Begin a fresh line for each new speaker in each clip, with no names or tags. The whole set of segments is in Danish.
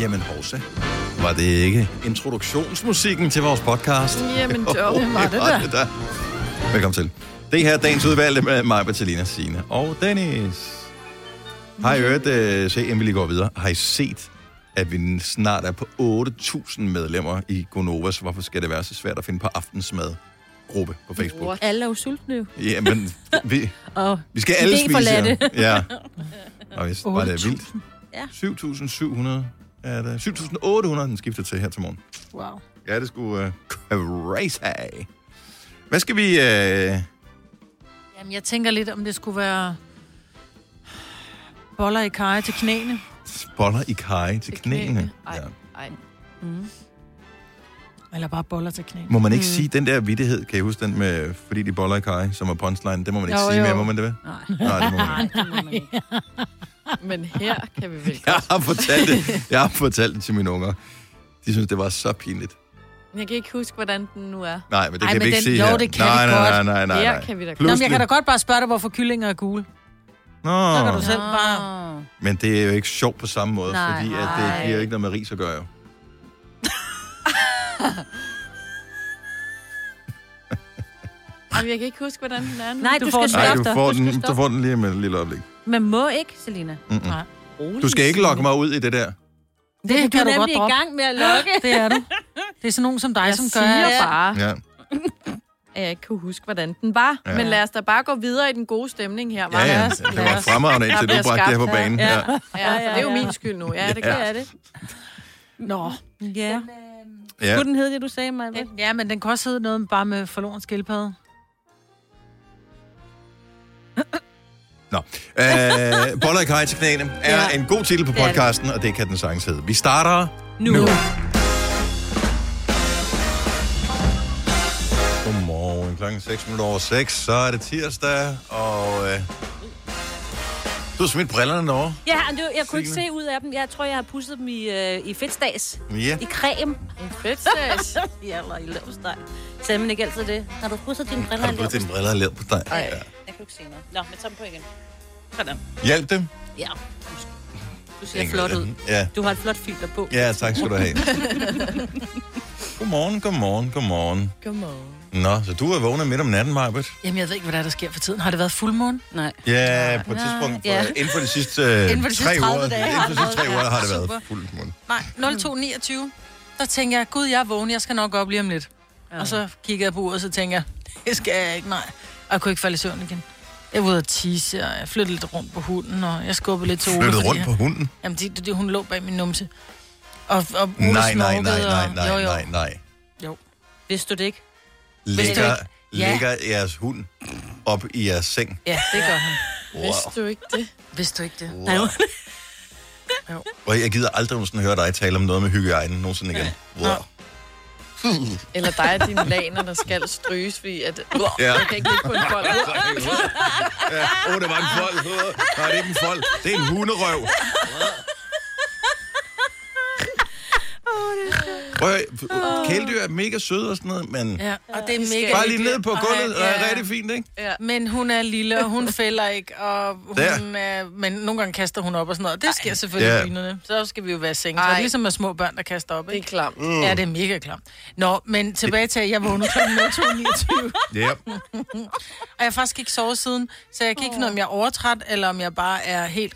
Jamen, hovsa. Var det ikke introduktionsmusikken til vores podcast?
Jamen, jo, det var det da.
da. Velkommen til. Det her er dagens udvalgte med mig, Bertalina Signe og Dennis. Har I hørt, øh, se, inden vi lige går videre, har I set, at vi snart er på 8.000 medlemmer i Gonovas Hvorfor skal det være så svært at finde på aftensmad? gruppe på Facebook. What?
Alle er jo sultne jo.
Jamen, vi,
Og
vi skal alle
Idé
spise.
for
ja.
latte.
ja.
Mm,
Og hvis, var det vildt?
8.000.
Ja.
7.700 er der. 7.800 den skifter til her til morgen.
Wow.
Ja, det skulle uh, crazy. Hvad skal vi... Uh...
Jamen, jeg tænker lidt, om det skulle være boller i kaj til knæene.
Boller i kaj til knæene.
Ej,
Ja.
ej.
Mm. Eller bare boller til knæene.
Må man ikke mm. sige den der vittighed, kan I huske den med, fordi de boller i kaj, som er punchline, det må man ikke
Jo,
sige
jo.
mere, må man det ved?
Nej.
Nej, det må man ikke.
Det må man ikke.
Men her kan vi vel
Jeg
godt.
har fortalt det, jeg har fortalt det til mine unger. De synes, det var så pinligt.
Jeg kan ikke huske, hvordan den nu er.
Nej, men det
Ej,
kan
men
vi ikke
den-
sige
jo,
her.
det kan
nej,
vi
nej, nej,
godt.
nej, nej,
Her
nej.
kan vi da godt.
Nå, men jeg kan da
Pludselig.
godt bare spørge dig, hvorfor kyllinger er gule. Så kan
Nå,
du selv
Ah.
bare...
men det er jo ikke sjovt på samme måde,
Nej.
fordi at det
Nej.
giver ikke noget med ris at gøre. jo.
Jamen, jeg kan ikke huske, hvordan den er nu.
Nej,
Du
du,
får
skal
den.
Nej,
stoppe.
du får den, du får den lige med et lille øjeblik.
Man må ikke, Selina.
Mm-mm.
Nej.
Du skal ikke lokke mig ud i det der.
Det
Det
kan
kan
du
du
godt
nemlig i
droppe.
gang med at lukke.
Det er du. Det er sådan nogen som dig,
Jeg
som gør...
siger
at-
bare,
Ja.
at jeg ikke kunne huske, hvordan den var.
Ja.
Ja. Men lad os da bare gå videre i den gode stemning her.
Ja,
hva'?
ja,
os-
det
lad
var
os-
fremragende, indtil
Der
du
bliver
bragte det her
skabt
på
her.
banen. Ja.
Ja.
Ja, for det er jo
Ja, ja.
min skyld nu. Ja, det,
Ja.
ja. er det.
Nå.
Ja.
Ja.
Skulle den hedde det, du sagde mig?
Den- Ja, men den kan også hedde noget bare med forloren skildpadde.
Øh, Boller i kaj til knæene er
Ja.
en god titel på
Det er det.
podcasten, og det kan den sagtens hedde. Vi starter nu. nu. Godmorgen. Klokken 6 minutter over 6, så er det tirsdag, og øh, du har smidt brillerne derovre.
Ja, men det, var- jeg kunne ikke
Signe.
se ud af dem. Jeg tror, jeg har pusset dem i, øh, i fedtstads.
Ja,
I creme.
Fedt, Stas.
Ja, eller i lavsteg. Sagde man ikke altid det? Har du pusset dine briller?
har du fået dine briller og lavet på dig?
Nej,
Ja.
jeg kan ikke se noget. Nå, men tag dem på igen. Sådan.
Hjælp dem.
Ja, husk. Du ser flot ud.
Ja.
Du har et flot filter på.
ja, tak skal du have. godmorgen, godmorgen, godmorgen.
Godmorgen.
Nå, så du er vågnet midt om natten, Marbet?
Jamen, jeg ved ikke, hvad der, er, der sker for tiden. Har det været fuldmåne?
Nej.
Ja, på et tidspunkt. Ja.
Ja.
Inden for de sidste, øh,
Inden for de sidste
tre
30
uger,
dage
inden
har
for de sidste
det
tre
været.
uger har det
Ja,
været
super.
fuldt mund.
Nej, 0229. Der tænker jeg, gud, jeg er vågen, jeg skal nok op lige om lidt. Ja. Og så kigger jeg på uret, og så tænker jeg, det skal jeg ikke, nej. Og jeg kunne ikke falde i søvn igen. Jeg var ude at tisse, og jeg flyttede lidt rundt på hunden, og jeg skubbede lidt til Ole.
Flyttet
fordi
rundt
jeg-
på hunden?
Jamen, det, det, hun lå bag min numse. Og, og Ole
Nej, nej, nej,
snorkede,
nej,
og-
nej,
jo, jo.
nej, nej.
Vidste du det ikke?
Vidste du
Lægger,
ikke? Ja.
lægger jeres hund op i jeres seng.
Ja, det gør hun.
Wow.
Vidste du ikke det?
Vidste du ikke det?
Nej,
Wow.
Jo.
Og jeg gider aldrig nogensinde høre dig tale om noget med hygiejne nogensinde igen. Wow.
Nå.
Eller dig og dine laner, der skal stryges, fordi at...
Ja.
Jeg kan ikke lide på en bold.
Ja. Åh, det var en fold. Nej, det er ikke en fold. Det er en hunderøv. Prøv, at- kæledyr er mega søde og sådan noget, men
Ja, og det er mega
bare lige ned på gulvet, og
Ja,
er
ja.
rigtig fint, ikke?
Men hun er lille, og hun fælder ikke, og hun
Der.
er, men nogle gange kaster hun op og sådan noget. Det sker selvfølgelig
Ja.
i bynerne. Så skal vi jo være i sengen. Så er
Ej.
det ligesom med små børn, der kaster op,
Det er
ikke?
klamt.
Mm.
Ja, det er mega klamt. Nå, men tilbage til, at jeg vågnede kl. 0229,
Ja.
og jeg har faktisk ikke sovet siden, så jeg kan ikke finde ud af, om jeg er overtræt, eller om jeg bare er helt...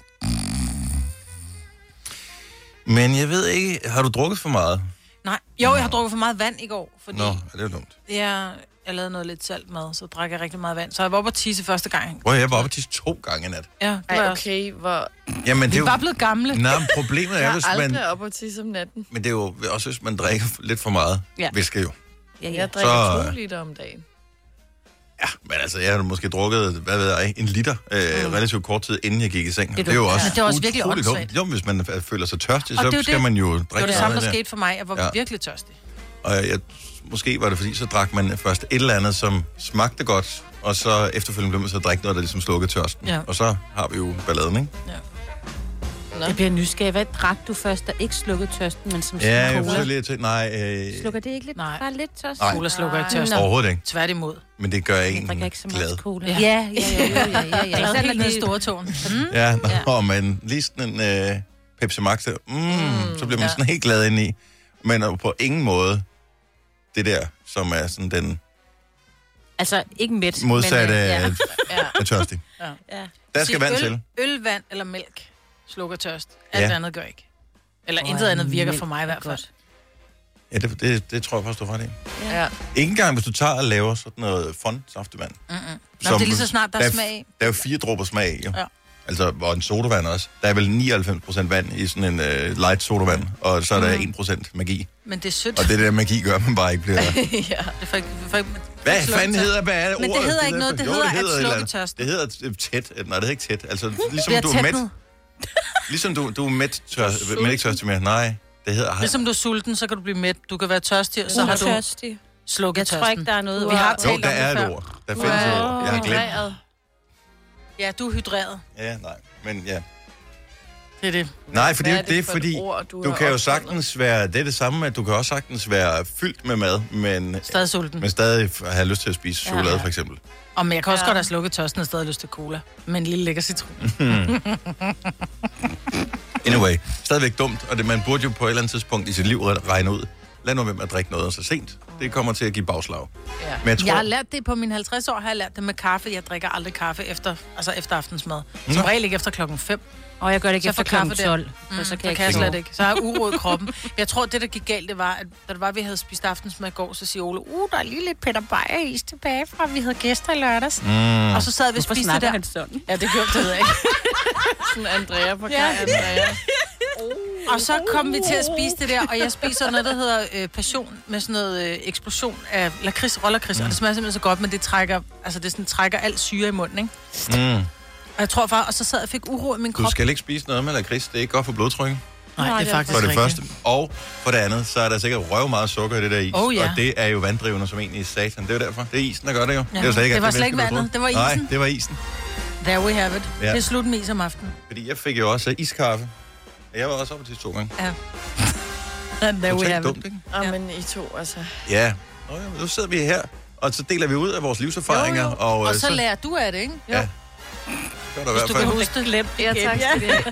Men jeg ved ikke, har du drukket for meget?
Nej, jo, jeg har drukket for meget vand i går, fordi
Nå, ja, det er dumt.
jeg, jeg lavede noget lidt salt mad, så drak jeg rigtig meget vand. Så jeg var oppe og tisse første gang.
Prøv, at høre, jeg var oppe til to gange i nat.
Ja, det var
Ej,
jeg også.
okay, hvor...
Jamen, det
Vi
er
er
jo...
bare blevet gamle.
Nej, men problemet
Jeg
er,
er
hvis man...
aldrig op og tisse om natten.
Men det er jo også, hvis man drikker lidt for meget, ja.
Ja.
hvilket jo.
Ja, ja.
Jeg drikker
Så-
to liter om dagen.
Ja, men altså, jeg har måske drukket, hvad ved jeg, en liter øh, relativt kort tid, inden jeg gik i seng. Det, det er jo også,
Men Mm. det er også virkelig
utroligt
åndssvagt.
dumt. Jo, men hvis man øh, føler sig tørstig,
Og
så
det er jo
skal
det.
man jo
Det var
drikke
det
noget
samme,
af
der
det.
skete for mig. Jeg var
Ja.
virkelig tørstig.
Og jeg, måske var det fordi, så drak man først et eller andet, som smagte godt, og så efterfølgende blev man så at drikke noget, der ligesom slukkede tørsten.
Ja.
Og så har vi jo balladen, ikke?
Jeg bliver nysgerrig. Hvad drak du først, der ikke slukkede tørsten, men som
Ja,
sådan
jeg
cola?
forsøger lige at tænke, nej, øh,
Slukker det ikke lidt?
Nej.
Bare lidt tørst?
Nej.
Cola slukker ikke tørst.
Nå.
overhovedet ikke.
Tværtimod.
Men det gør
Jeg
en
drikker ikke så meget
glad.
cola.
Ja.
Ja, ja, ja. ja, ja, ja.
Jeg
Sådan
er
er
helt nede i
det-
store tårn.
Ja, nå, men lige sådan en, øh, Pepsi Max, der, mm, mm, så bliver man
ja.
ja. sådan helt glad ind i. Men er jo på ingen måde det der, som er sådan den
Altså, ikke midt.
modsatte
Men, øh,
af,
ja.
af tørstig.
Ja.
ja.
Der skal
Sige,
vand
øl,
til.
Øl, vand eller mælk slukker tørst. Alt
Ja.
andet gør ikke. Eller
Åh,
intet andet virker
mælk
for mig i
er
hvert fald.
godt.
Ja, det, det, det tror jeg faktisk, du har ret i.
Ja.
Ikke engang, hvis du tager og laver sådan noget fondsaftevand.
Mm-mm. Nå, det er lige så snart, der er smag i.
Der er jo fire dråber smag i, jo.
Ja.
Ja. Altså, og en sodavand også. Der er vel 99% vand i sådan en uh, light sodavand, og så er
Mm.
der 1% magi.
Men det er sødt.
Og det der magi gør, at man bare ikke bliver...
ja.
Det får ikke, det får ikke,
Hvad
slukker
fanden
tørst.
hedder, hvad er det
Men det
ordet?
hedder ikke
der-
noget. Det
jo,
hedder at
et
slukke
eller andet.
tørsten.
Det hedder øh, tæt. Nej, det er ikke tæt. Altså, ligesom
Det er
du er mæt.
tætnet.
Ligesom du, du er mæt, tør, men ikke tørstig mere. Nej, det hedder...
Ligesom du er sulten, så kan du blive mæt. Du kan være tørstig, og så har du
Utørstig.
slukket
Jeg tror ikke, der er noget...
Vi har
Wow.
talt
Jo,
om
der
det
er
før.
et ord. Der findes et ord. Jeg har glemt.
Ja, du er hydreret.
Ja, nej. Men ja.
Det er det.
Nej, for det er jo
Hvad
ikke det, fordi...
ord, du,
Du
har
kan jo
opfundet?
sagtens være, det er det samme, med, at du kan også sagtens være fyldt med mad, men,
Stadig sulten.
men stadig f- have lyst til at spise
Ja.
chokolade, for eksempel.
Og men jeg kan også
Ja.
ja. godt have slukket tørsten og stadig lyst til cola. Men en lille lækker citron.
Anyway, stadigvæk dumt, og det, man burde jo på et eller andet tidspunkt i sit liv regne ud, lad nu være med at drikke noget så sent. Det kommer til at give bagslag.
Ja.
Men jeg
Jeg
tror,
har lært det på mine 50 år, har jeg lært det med kaffe. Jeg drikker aldrig kaffe efter, altså efter aftensmad. Som
Nå.
regel ikke efter klokken 5.
Og jeg gør det ikke
Så
efter
får kaffe
klokken 12.
Mm,
for
så kan
jeg
jeg,
ikke
slet ikke. Så har jeg uro i kroppen. Jeg tror, det, der gik galt, det var, at da det var, vi havde spist aftensmad i går, så siger Ole, uh, der er lige lidt Peter Beyer is tilbage fra, vi havde gæster i lørdags. Mm. Og så sad vi og
Hvorfor
spiste det
snakker
der.
han sådan?
Ja, det gjorde det ved jeg ikke.
Sådan Andrea på ja. Andrea.
Og så kom vi til at spise det der, og jeg spiser noget, der hedder øh, passion med sådan noget øh, eksplosion af lakrids, rålakrids, mm. og det smager simpelthen så godt, men det trækker, altså det sådan, trækker alt syre i munden, ikke?
mm,
Og jeg tror bare, og så sad jeg og fik uro i min
du
krop.
skal ikke spise noget med lakrids, det er ikke godt for blodtrykket,
Nej, det er faktisk
for det
rigtigt.
første. Og for det andet, så er der sikkert røv meget sukker i det der is,
Oh, ja.
og det er jo vanddrivende som egentlig i satan. Det er jo derfor, det er isen, der gør det jo.
Ja,
jo slet ikke
det var
alt
slet ikke
menneske, vi
vandet,
troede.
det var isen.
Nej, det var isen.
There we have it.
Ja.
Ja. Det er slut med is om aftenen.
Fordi jeg fik jo også iskaffe. Jeg var også oppe til to gange.
Ja. And there we
Totalt
have it.
dumt, ikke?
Ja. men I to, altså.
Ja. Nå, ja, men nu sidder vi her, og så deler vi ud af vores livserfaringer.
Jo, jo.
Og, øh,
Og så lærer du af det, ikke?
Ja. Det var der i hvert
Du
fald.
kan huske det. Glem
Ja, tak skal I have.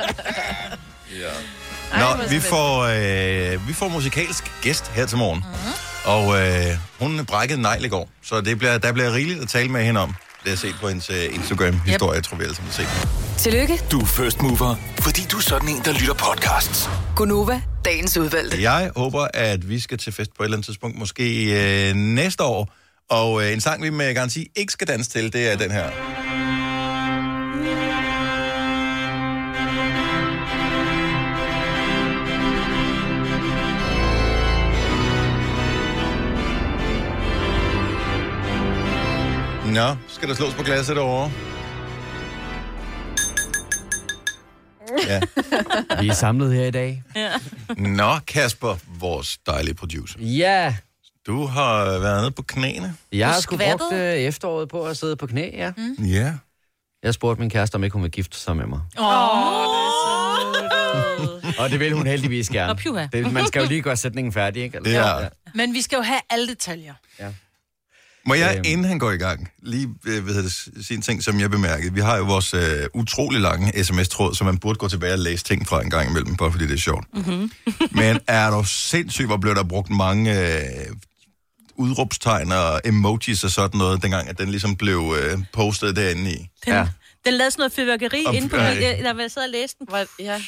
Ja.
hvor
Nå, vi
spændende.
får, øh, vi får musikalsk gæst her til morgen. Mm-hmm. Og øh, hun brækkede negl i går, så det bliver, der bliver rigeligt at tale med hende om. Det har jeg set på hendes øh, Instagram-historie, yep. tror vi alle sammen har set.
Tillykke,
Du er first mover, fordi du er sådan en, der lytter podcasts.
Gunova, dagens udvalgte.
Jeg håber, at vi skal til fest på et eller andet tidspunkt, måske øh, næste år. Og øh, en sang, vi med garanti ikke skal danse til, det er den her. Nå, skal der slås på glasset derovre? Ja.
Vi er samlet her i dag.
Nå, Kasper, vores dejlige producer.
Ja,
Du har været nede på knæene.
jeg har
Du
sgu brugt
skvattede?
øh, efteråret på at sidde på knæ, ja. Mm.
Ja.
Jeg spurgte min kæreste, om ikke hun ville gifte sig med mig. Og det vil hun heldigvis gerne.
Nå, puha.
Det, man skal jo lige gøre sætningen færdig, ikke?
Det er-
Men vi skal jo have alle detaljer.
Må jeg,
Øhm.
inden han går i gang, lige øh, hvad hedder det, s- sige en ting, som jeg bemærkede. Vi har jo vores øh, utrolig lange sms-tråd, så man burde gå tilbage og læse ting fra en gang imellem, bare fordi det er sjovt. Mm-hmm. Men er du sindssygt, hvor blev der brugt mange øh, udråbstegn og emojis og sådan noget, dengang at den ligesom blev øh, postet derinde i.
Den- Ja.
Den lavede sådan noget fyrværkeri
Om-
inde på
ja,
min...
ja.
Der var jeg sad og læste den.
Hvor- Ja.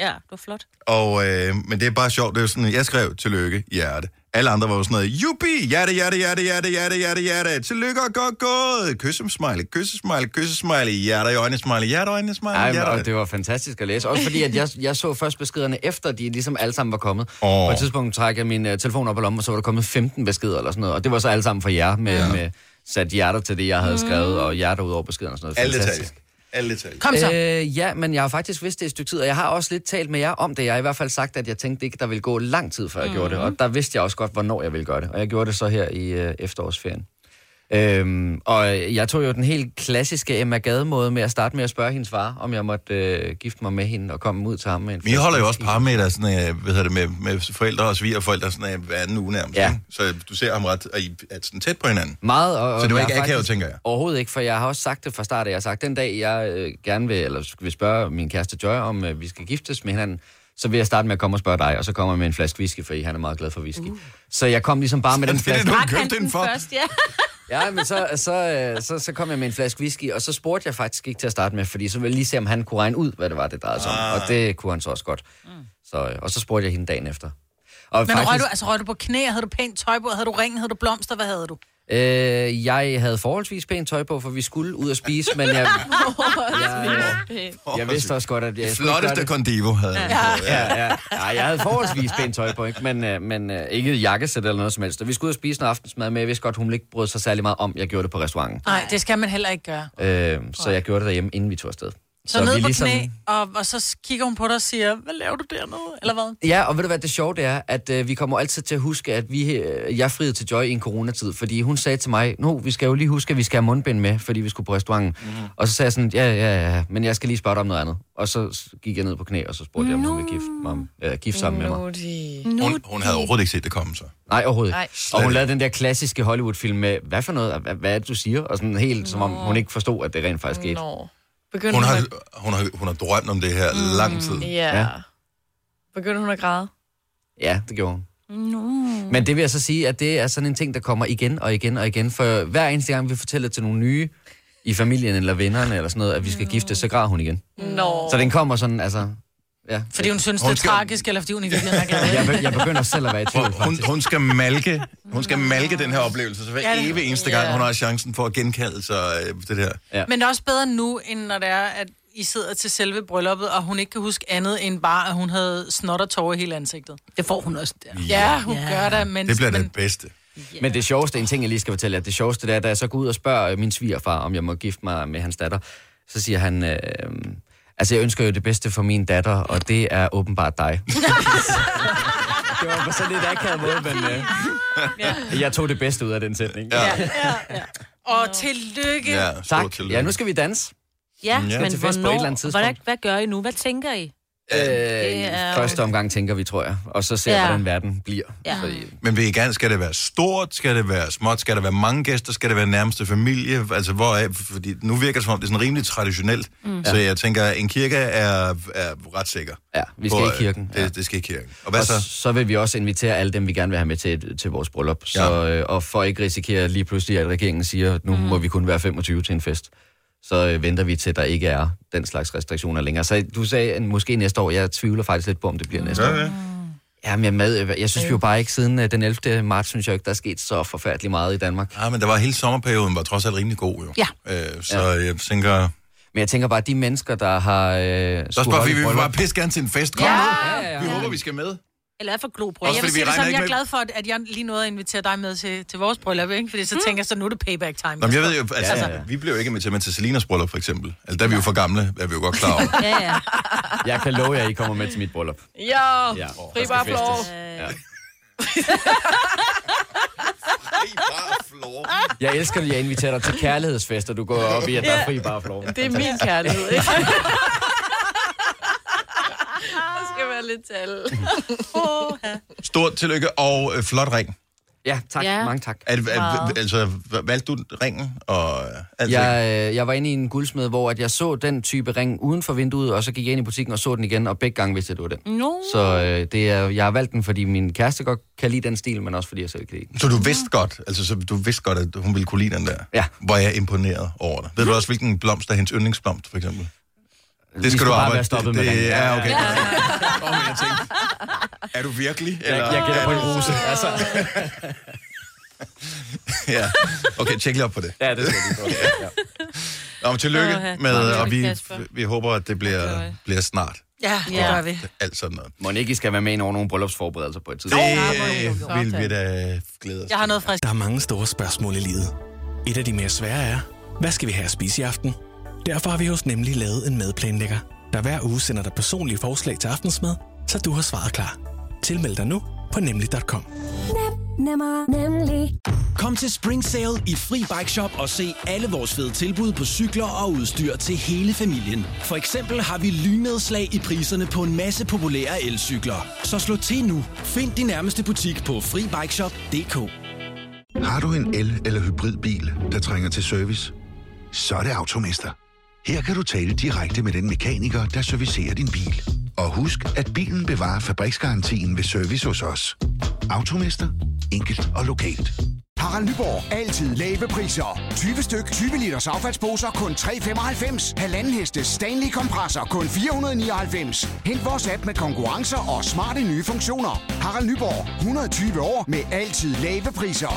Ja, det var flot.
Og, øh, men det er bare sjovt, det er jo sådan, jeg skrev, tillykke, hjerte. Alle andre var jo sådan noget, jubi, hjerte, hjerte, hjerte, hjerte, hjerte, hjerte, hjerte, tillykke og godt gået, kyssem smiley, kyssem smiley, kyssem smiley, hjerte i øjnene smiley, hjerte i øjnene smiley,
Ej, men,
hjerte i
og
øjnene.
det var fantastisk at læse. Også fordi, at jeg, jeg så først beskederne, efter de ligesom alle sammen var kommet.
Åh.
På et tidspunkt trak jeg min uh, telefon op og lommen, og så var der kommet 15 beskeder eller sådan noget. Og det var så alle sammen fra jer, med, ja. med sat hjerter til det, jeg havde skrevet, og hjerter ud over beskederne og sådan noget.
Alle
Fantastisk.
detaljer. Alle detaljer.
Kom så.
Øh, ja, men jeg har faktisk vidst det i et stykke tid, og jeg har også lidt talt med jer om det. Jeg har i hvert fald sagt, at jeg tænkte ikke, der ville gå
Mm-hmm.
lang tid, før jeg mm. gjorde det. Og der vidste jeg også godt, hvornår jeg ville gøre det. Og jeg gjorde det så her i øh, efterårsferien. Øhm, og jeg tog jo den helt klassiske Emma Gade-måde med at starte med at spørge hendes far, om jeg måtte øh, gifte mig med hende og komme ud til ham med en
Men I holder jo
flaske
også
whisky.
parmiddag sådan, øh, hvad hedder det, med, med forældre og svigerforældre sådan, øh, hver anden uge nærmest.
Ja.
ikke? Så du ser ham ret og I er sådan tæt på hinanden.
Meget. Og, og
Så det var
jeg
ikke
har
akavet, tænker jeg.
Overhovedet ikke, for jeg har også sagt det fra start af. Jeg har sagt, den dag jeg øh, gerne vil, eller vil spørge min kæreste Joy, om øh, vi skal giftes med hinanden, så vil jeg starte med at komme og spørge dig, og så kommer jeg med en flaske whisky, fordi han er meget glad for whisky. Uh. Så jeg kom ligesom bare med den
Det er det,
flaske.
du har
Drak han
købt den for.
først, ja.
Ja, men så, så, øh, så, så kom jeg med en flaske whisky, og så spurgte jeg faktisk ikke til at starte med, fordi så ville jeg lige se, om han kunne regne ud, hvad det var, det drejede sig om.
Ah.
Og det kunne han så også godt. Så, øh, og så spurgte jeg hende dagen efter. Og
Men røg du, altså, røg du på knæ, havde du pænt tøj på, havde du ring, havde du blomster, hvad havde du?
Øh, jeg havde forholdsvis pænt tøj på, for vi skulle ud og spise, men jeg, jeg, jeg vidste også godt, at jeg skulle ikke gøre
Flotteste
det.
kondivo havde han. Ja.
Ja, ja. ja, jeg havde forholdsvis pænt tøj på, ikke? men, øh, men øh, ikke jakkesæt eller noget som helst. Og vi skulle ud og spise noget aftensmad, men jeg vidste godt, hun ville ikke brød sig særlig meget om, jeg gjorde det på restauranten.
Nej, det skal man heller ikke gøre.
Øh, så jeg gjorde det derhjemme, inden vi tog afsted.
Så, så ned på ligesom... knæ, og, og så kigger hun på dig og siger, hvad laver du dernede? Eller hvad?
Ja, og ved du hvad det sjove det er, at øh, vi kommer altid til at huske, at vi, øh, jeg friede til Joy i en coronatid, fordi hun sagde til mig, nu, vi skal jo lige huske, at vi skal have mundbind med, fordi vi skulle på restauranten. Mm. Og så sagde jeg sådan, ja, ja, ja, men jeg skal lige spørge dig om noget andet. Og så s- gik jeg ned på knæ, og så spurgte jeg, om hun ville gifte, mig, øh, gifte sammen med mig.
Nu er de...
Hun, hun havde overhovedet ikke set det komme, så.
Nej, overhovedet
Nej.
ikke. Og hun lavede den der klassiske Hollywood-film med, hvad for noget, hvad, hvad er det, du siger? Og sådan helt, som om hun ikke forstod, at det rent faktisk skete.
Nå. Begyndte
Hun
hun,
har,
at...
hun, har, hun har drømt om det her mm. lang tid.
Ja.
Ja.
ja. Begyndte hun at græde?
Ja, det gjorde hun. No. Men det vil jeg så sige, at det er sådan en ting, der kommer igen og igen og igen. For hver eneste gang, vi fortæller til nogle nye i familien eller vennerne eller sådan noget, at vi skal gifte, så græder hun igen.
Nå.
Så den kommer sådan, altså... Ja.
Fordi hun synes,
Hun
det er
skal-
tragisk, eller fordi hun i virkeligheden er glad.
Jeg, be- jeg begynder selv at være i tvivl,
Hun,
faktisk.
hun, skal malke, hun skal malke den her oplevelse, så hver evig eneste gang, hun har chancen for at genkalde sig øh, det der.
Men det er også bedre nu, end når det er, at I sidder til selve brylluppet, og hun ikke kan huske andet end bare, at hun havde snot og tårer i hele ansigtet.
Det får hun også der.
Ja, hun ja. gør det, men...
Det bliver
men,
det bedste.
Men det sjoveste, en ting jeg lige skal fortælle jer, det sjoveste det er, da jeg så går ud og spørger øh, min svigerfar, om jeg må gifte mig med hans datter, så siger han, øh, altså jeg ønsker jo det bedste for min datter, og det er åbenbart dig. det var på sådan lidt akavet måde, men øh, jeg tog det bedste ud af den sætning.
Ja.
Og tillykke! Ja.
Ja, stort
Tak.
tillykke.
Ja, nu skal vi danse.
Ja,
Ja.
Til
men
fest på et eller andet
hvornår,
tidspunkt.
hvordan, hvad gør I nu? Hvad tænker I?
Øh,
er
i
jo-
første omgang tænker vi, tror jeg. Og så ser jeg,
Ja.
hvordan verden bliver.
Ja.
Fordi,
Men vil I gerne, skal det være stort? Skal det være småt? Skal der være mange gæster? Skal det være nærmeste familie? Altså, hvor er, fordi nu virker det som om, det er sådan rimelig traditionelt. Mm. Så jeg tænker, en kirke er, er ret sikker.
ja, vi skal
Hvor,
i
øh,
kirken.
Det, det skal i kirken. Og hvad
Og
så?
så vil vi også invitere alle dem, vi gerne vil have med til, til vores bryllup. Så, øh, og for ikke risikere lige pludselig, at regeringen siger, at nu mm. må vi kun være 25 til en fest, så øh, venter vi til, at der ikke er den slags restriktioner længere. Så du sagde at måske næste år. Jeg tvivler faktisk lidt på, om det bliver næste år.
Ja, ja.
Ja, men jeg, med, øh, jeg synes vi jo bare ikke siden øh, den 11. marts, synes jeg ikke, der er sket så forfærdeligt meget i Danmark.
Ja, men der var hele sommerperioden, var trods alt rimelig god jo. Ja. Øh, så ja. jeg tænker...
Men jeg tænker bare, at de mennesker, der har... Øh,
Så spørger vi, vi vil bare pisse gerne til en fest. Kom ja. nu!
Ja, ja, ja.
Vi håber, vi skal med.
Eller er for globrød?
Jeg
fordi
vil
vi
sige det
regner
sådan,
ikke
jeg er
med-
glad for, at- at jeg lige nåede at invitere dig med til, til vores bryllup, ikke? Fordi så tænker jeg, så nu er det payback time.
Nå, men jeg ved jo, altså, ja,
Ja,
ja,
ja,
ja. vi blev jo ikke inviteret med til Selinas bryllup, for eksempel. Altså, der er vi jo for gamle, er vi jo godt klar over.
Ja, ja.
Jeg kan love jer, at I kommer med til mit bryllup.
Jo.
Ja,
Ja.
der
Fri
skal
bare
festes.
flår.
Øh,
Ja.
Ej, bare flår.
Jeg elsker, at jeg inviterer dig til kærlighedsfest, og du går op i, at der er fri bare flov.
Det er min kærlighed, ikke? Der skal være lidt tal.
Stort tillykke og øh, flot ring.
Ja, tak.
Ja.
Ja. Mange tak.
Er, er, er, altså, hva- valgte du ringen og øh, alt ja.
Jeg, øh, jeg var inde i en guldsmed, hvor at jeg så den type ring uden for vinduet, og så gik jeg ind i butikken og så den igen, og begge gange vidste jeg, det var den.
No.
Så øh, det er, jeg har valgt den, fordi min kæreste godt kan lide den stil, men også fordi jeg selv kan lide den.
Så du vidste godt, altså så du vidste godt, at hun ville kunne lide den der.
Ja.
Hvor jeg er imponeret over dig. Ved du også, hvilken blomst er hendes yndlingsblomst, for eksempel?
Vi
Det skal du
bare
arbejde.
være stoppet
det,
med
det,
ringen.
Ja, okay. Ja. Kom, jeg tænkte, er du virkelig?
Jeg, jeg gætter på en rose. Altså,
ja. Okay, tjek lige op på det.
ja, det skal jeg lige prøve. ja.
Nå, men tillykke
Åh, ja.
med,
Tak,
og vi,
Kasper.
vi håber, at det bliver, bliver snart.
Ja, det gør vi.
Alt sådan noget.
Mon ikke, I skal være med ind over nogle bryllupsforberedelser på et tidspunkt.
Det vil vi da glæde os
Jeg har noget frisk.
Der er mange store spørgsmål i livet. Et af de mere svære er, hvad skal vi have at spise i aften? Derfor har vi hos Nemlig lavet en madplanlægger, der hver uge sender dig personlige forslag til aftensmad, så du har svaret klar. Tilmeld dig nu på nemlig.com.
Nem, nemmer, nemlig. Kom til Spring Sale i Fri Bike Shop og se alle vores fede tilbud på cykler og udstyr til hele familien. For eksempel har vi lynnedslag i priserne på en masse populære elcykler. Så slå til nu. Find din nærmeste butik på FriBikeShop.dk
Har du en el- eller hybridbil, der trænger til service? Så er det Automester. Her kan du tale direkte med den mekaniker, der servicerer din bil. Og husk, at bilen bevarer fabriksgarantien ved service hos os. Automester. Enkelt og lokalt.
Harald Nyborg. Altid lave priser. 20 styk, 20 liters affaldsposer kun 3,95. Halvanden heste Stanley kompresser kun 499. Hent vores app med konkurrencer og smarte nye funktioner. Harald Nyborg. 120 år med altid lave priser.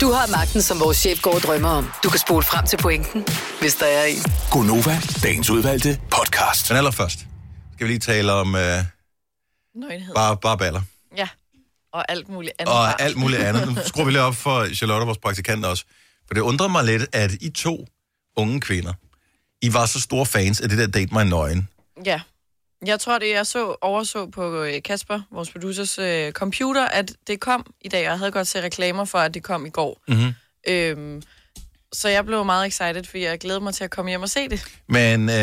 Du har magten, som vores chef går og drømmer om. Du kan spole frem til pointen, hvis der er en.
Gonova, dagens udvalgte podcast. Men allerførst skal vi lige tale om øh,
Nøgenhed.
bare, bare baller.
Ja. Og alt muligt andet.
og alt muligt andet. Nu skruer vi lidt op for Charlotte, vores praktikant også. For det undrer mig lidt, at I to unge kvinder, I var så store fans af det der Date Mig Nøgen.
Ja. Jeg tror, det jeg så, overså på øh, Kasper, vores producers øh, computer, at det kom i dag. Jeg havde godt set reklamer for, at det kom i går.
Mm-hmm.
Øhm, så jeg blev meget excited, fordi jeg glæder mig til at komme hjem og se det.
Men øh,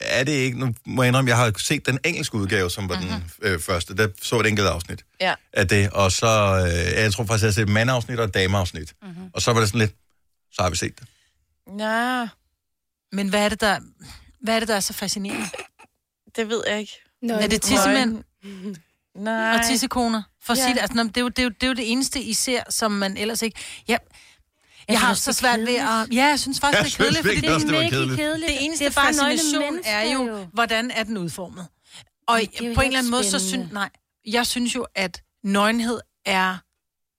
er det ikke... Nu må jeg indrømme, jeg har set den engelske udgave, som var mm-hmm. den øh, første. Der så jeg et enkelt afsnit
Ja.
af det. Og så... Øh, jeg tror faktisk, jeg har set et mandafsnit og et dameafsnit. Mm-hmm. Og så var det sådan lidt... Så har vi set det.
Ja.
Men hvad er det, der, hvad er, det, der er så fascinerende?
Det ved jeg ikke.
Nøgen. Er det tissemænd?
Nej.
Og tissekoner? For at
Ja.
sige det, altså, nå, men det, er jo, det, er jo, det er jo det eneste, I ser, som man ellers ikke... Ja, jeg, jeg har
synes,
så
det er
svært ved at... Ja, jeg synes faktisk,
Jeg
det er
synes
kedeligt, fordi
virkelig også, det var kedeligt.
kedeligt. Det eneste det
Det
er
er bare nøgne
fascination
mennesker,
er jo,
jo.
hvordan er den udformet? Og
det er jo
på
ikke
en eller anden måde, så
spændende.
synes... Nej, jeg synes jo, at nøgenhed er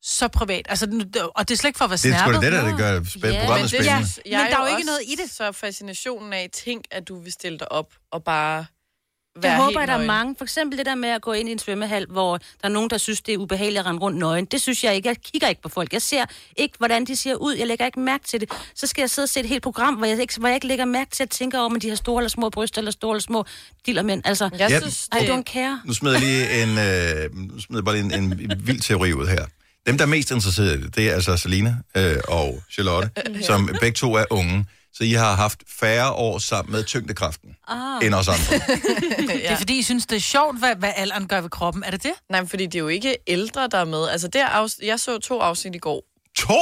så privat. Altså, den- og det er slet ikke for at være
Det er sgu da
snærpet.
det, der det gør spændende. Ja. Programmet
det,
spændende.
synes
Ja, men der er jo ikke noget
i det. Så fascinationen af, tænk, at du vil stille dig op og bare være
Jeg håber,
helt
at der er
nøgen.
mange. For eksempel det der med at gå ind i en svømmehal, hvor der er nogen, der synes, det er ubehageligt at rende rundt nøgen. Det synes jeg ikke. Jeg kigger ikke på folk. Jeg ser ikke, hvordan de ser ud. Jeg lægger ikke mærke til det. Så skal jeg sidde og se et helt program, hvor jeg ikke, hvor jeg ikke lægger mærke til at tænke over, om de har store eller små bryster, eller store eller små dillermænd. Altså,
Jeg Ja. synes,
I
det-
don't care.
Nu smider jeg lige en, øh, nu smider jeg bare lige en, en vild teori ud her. Dem, der er mest interesseret i det, det er altså Selina øh, og Charlotte,
Ja.
som begge to er unge. Så I har haft færre år sammen med tyngdekraften
Ah.
end os andre.
Det er fordi, I synes, det er sjovt, hvad, hvad alderen gør ved kroppen. Er det det?
Nej, men fordi det er jo ikke ældre, der er med. Altså, der afs- jeg så to afsnit i går.
To?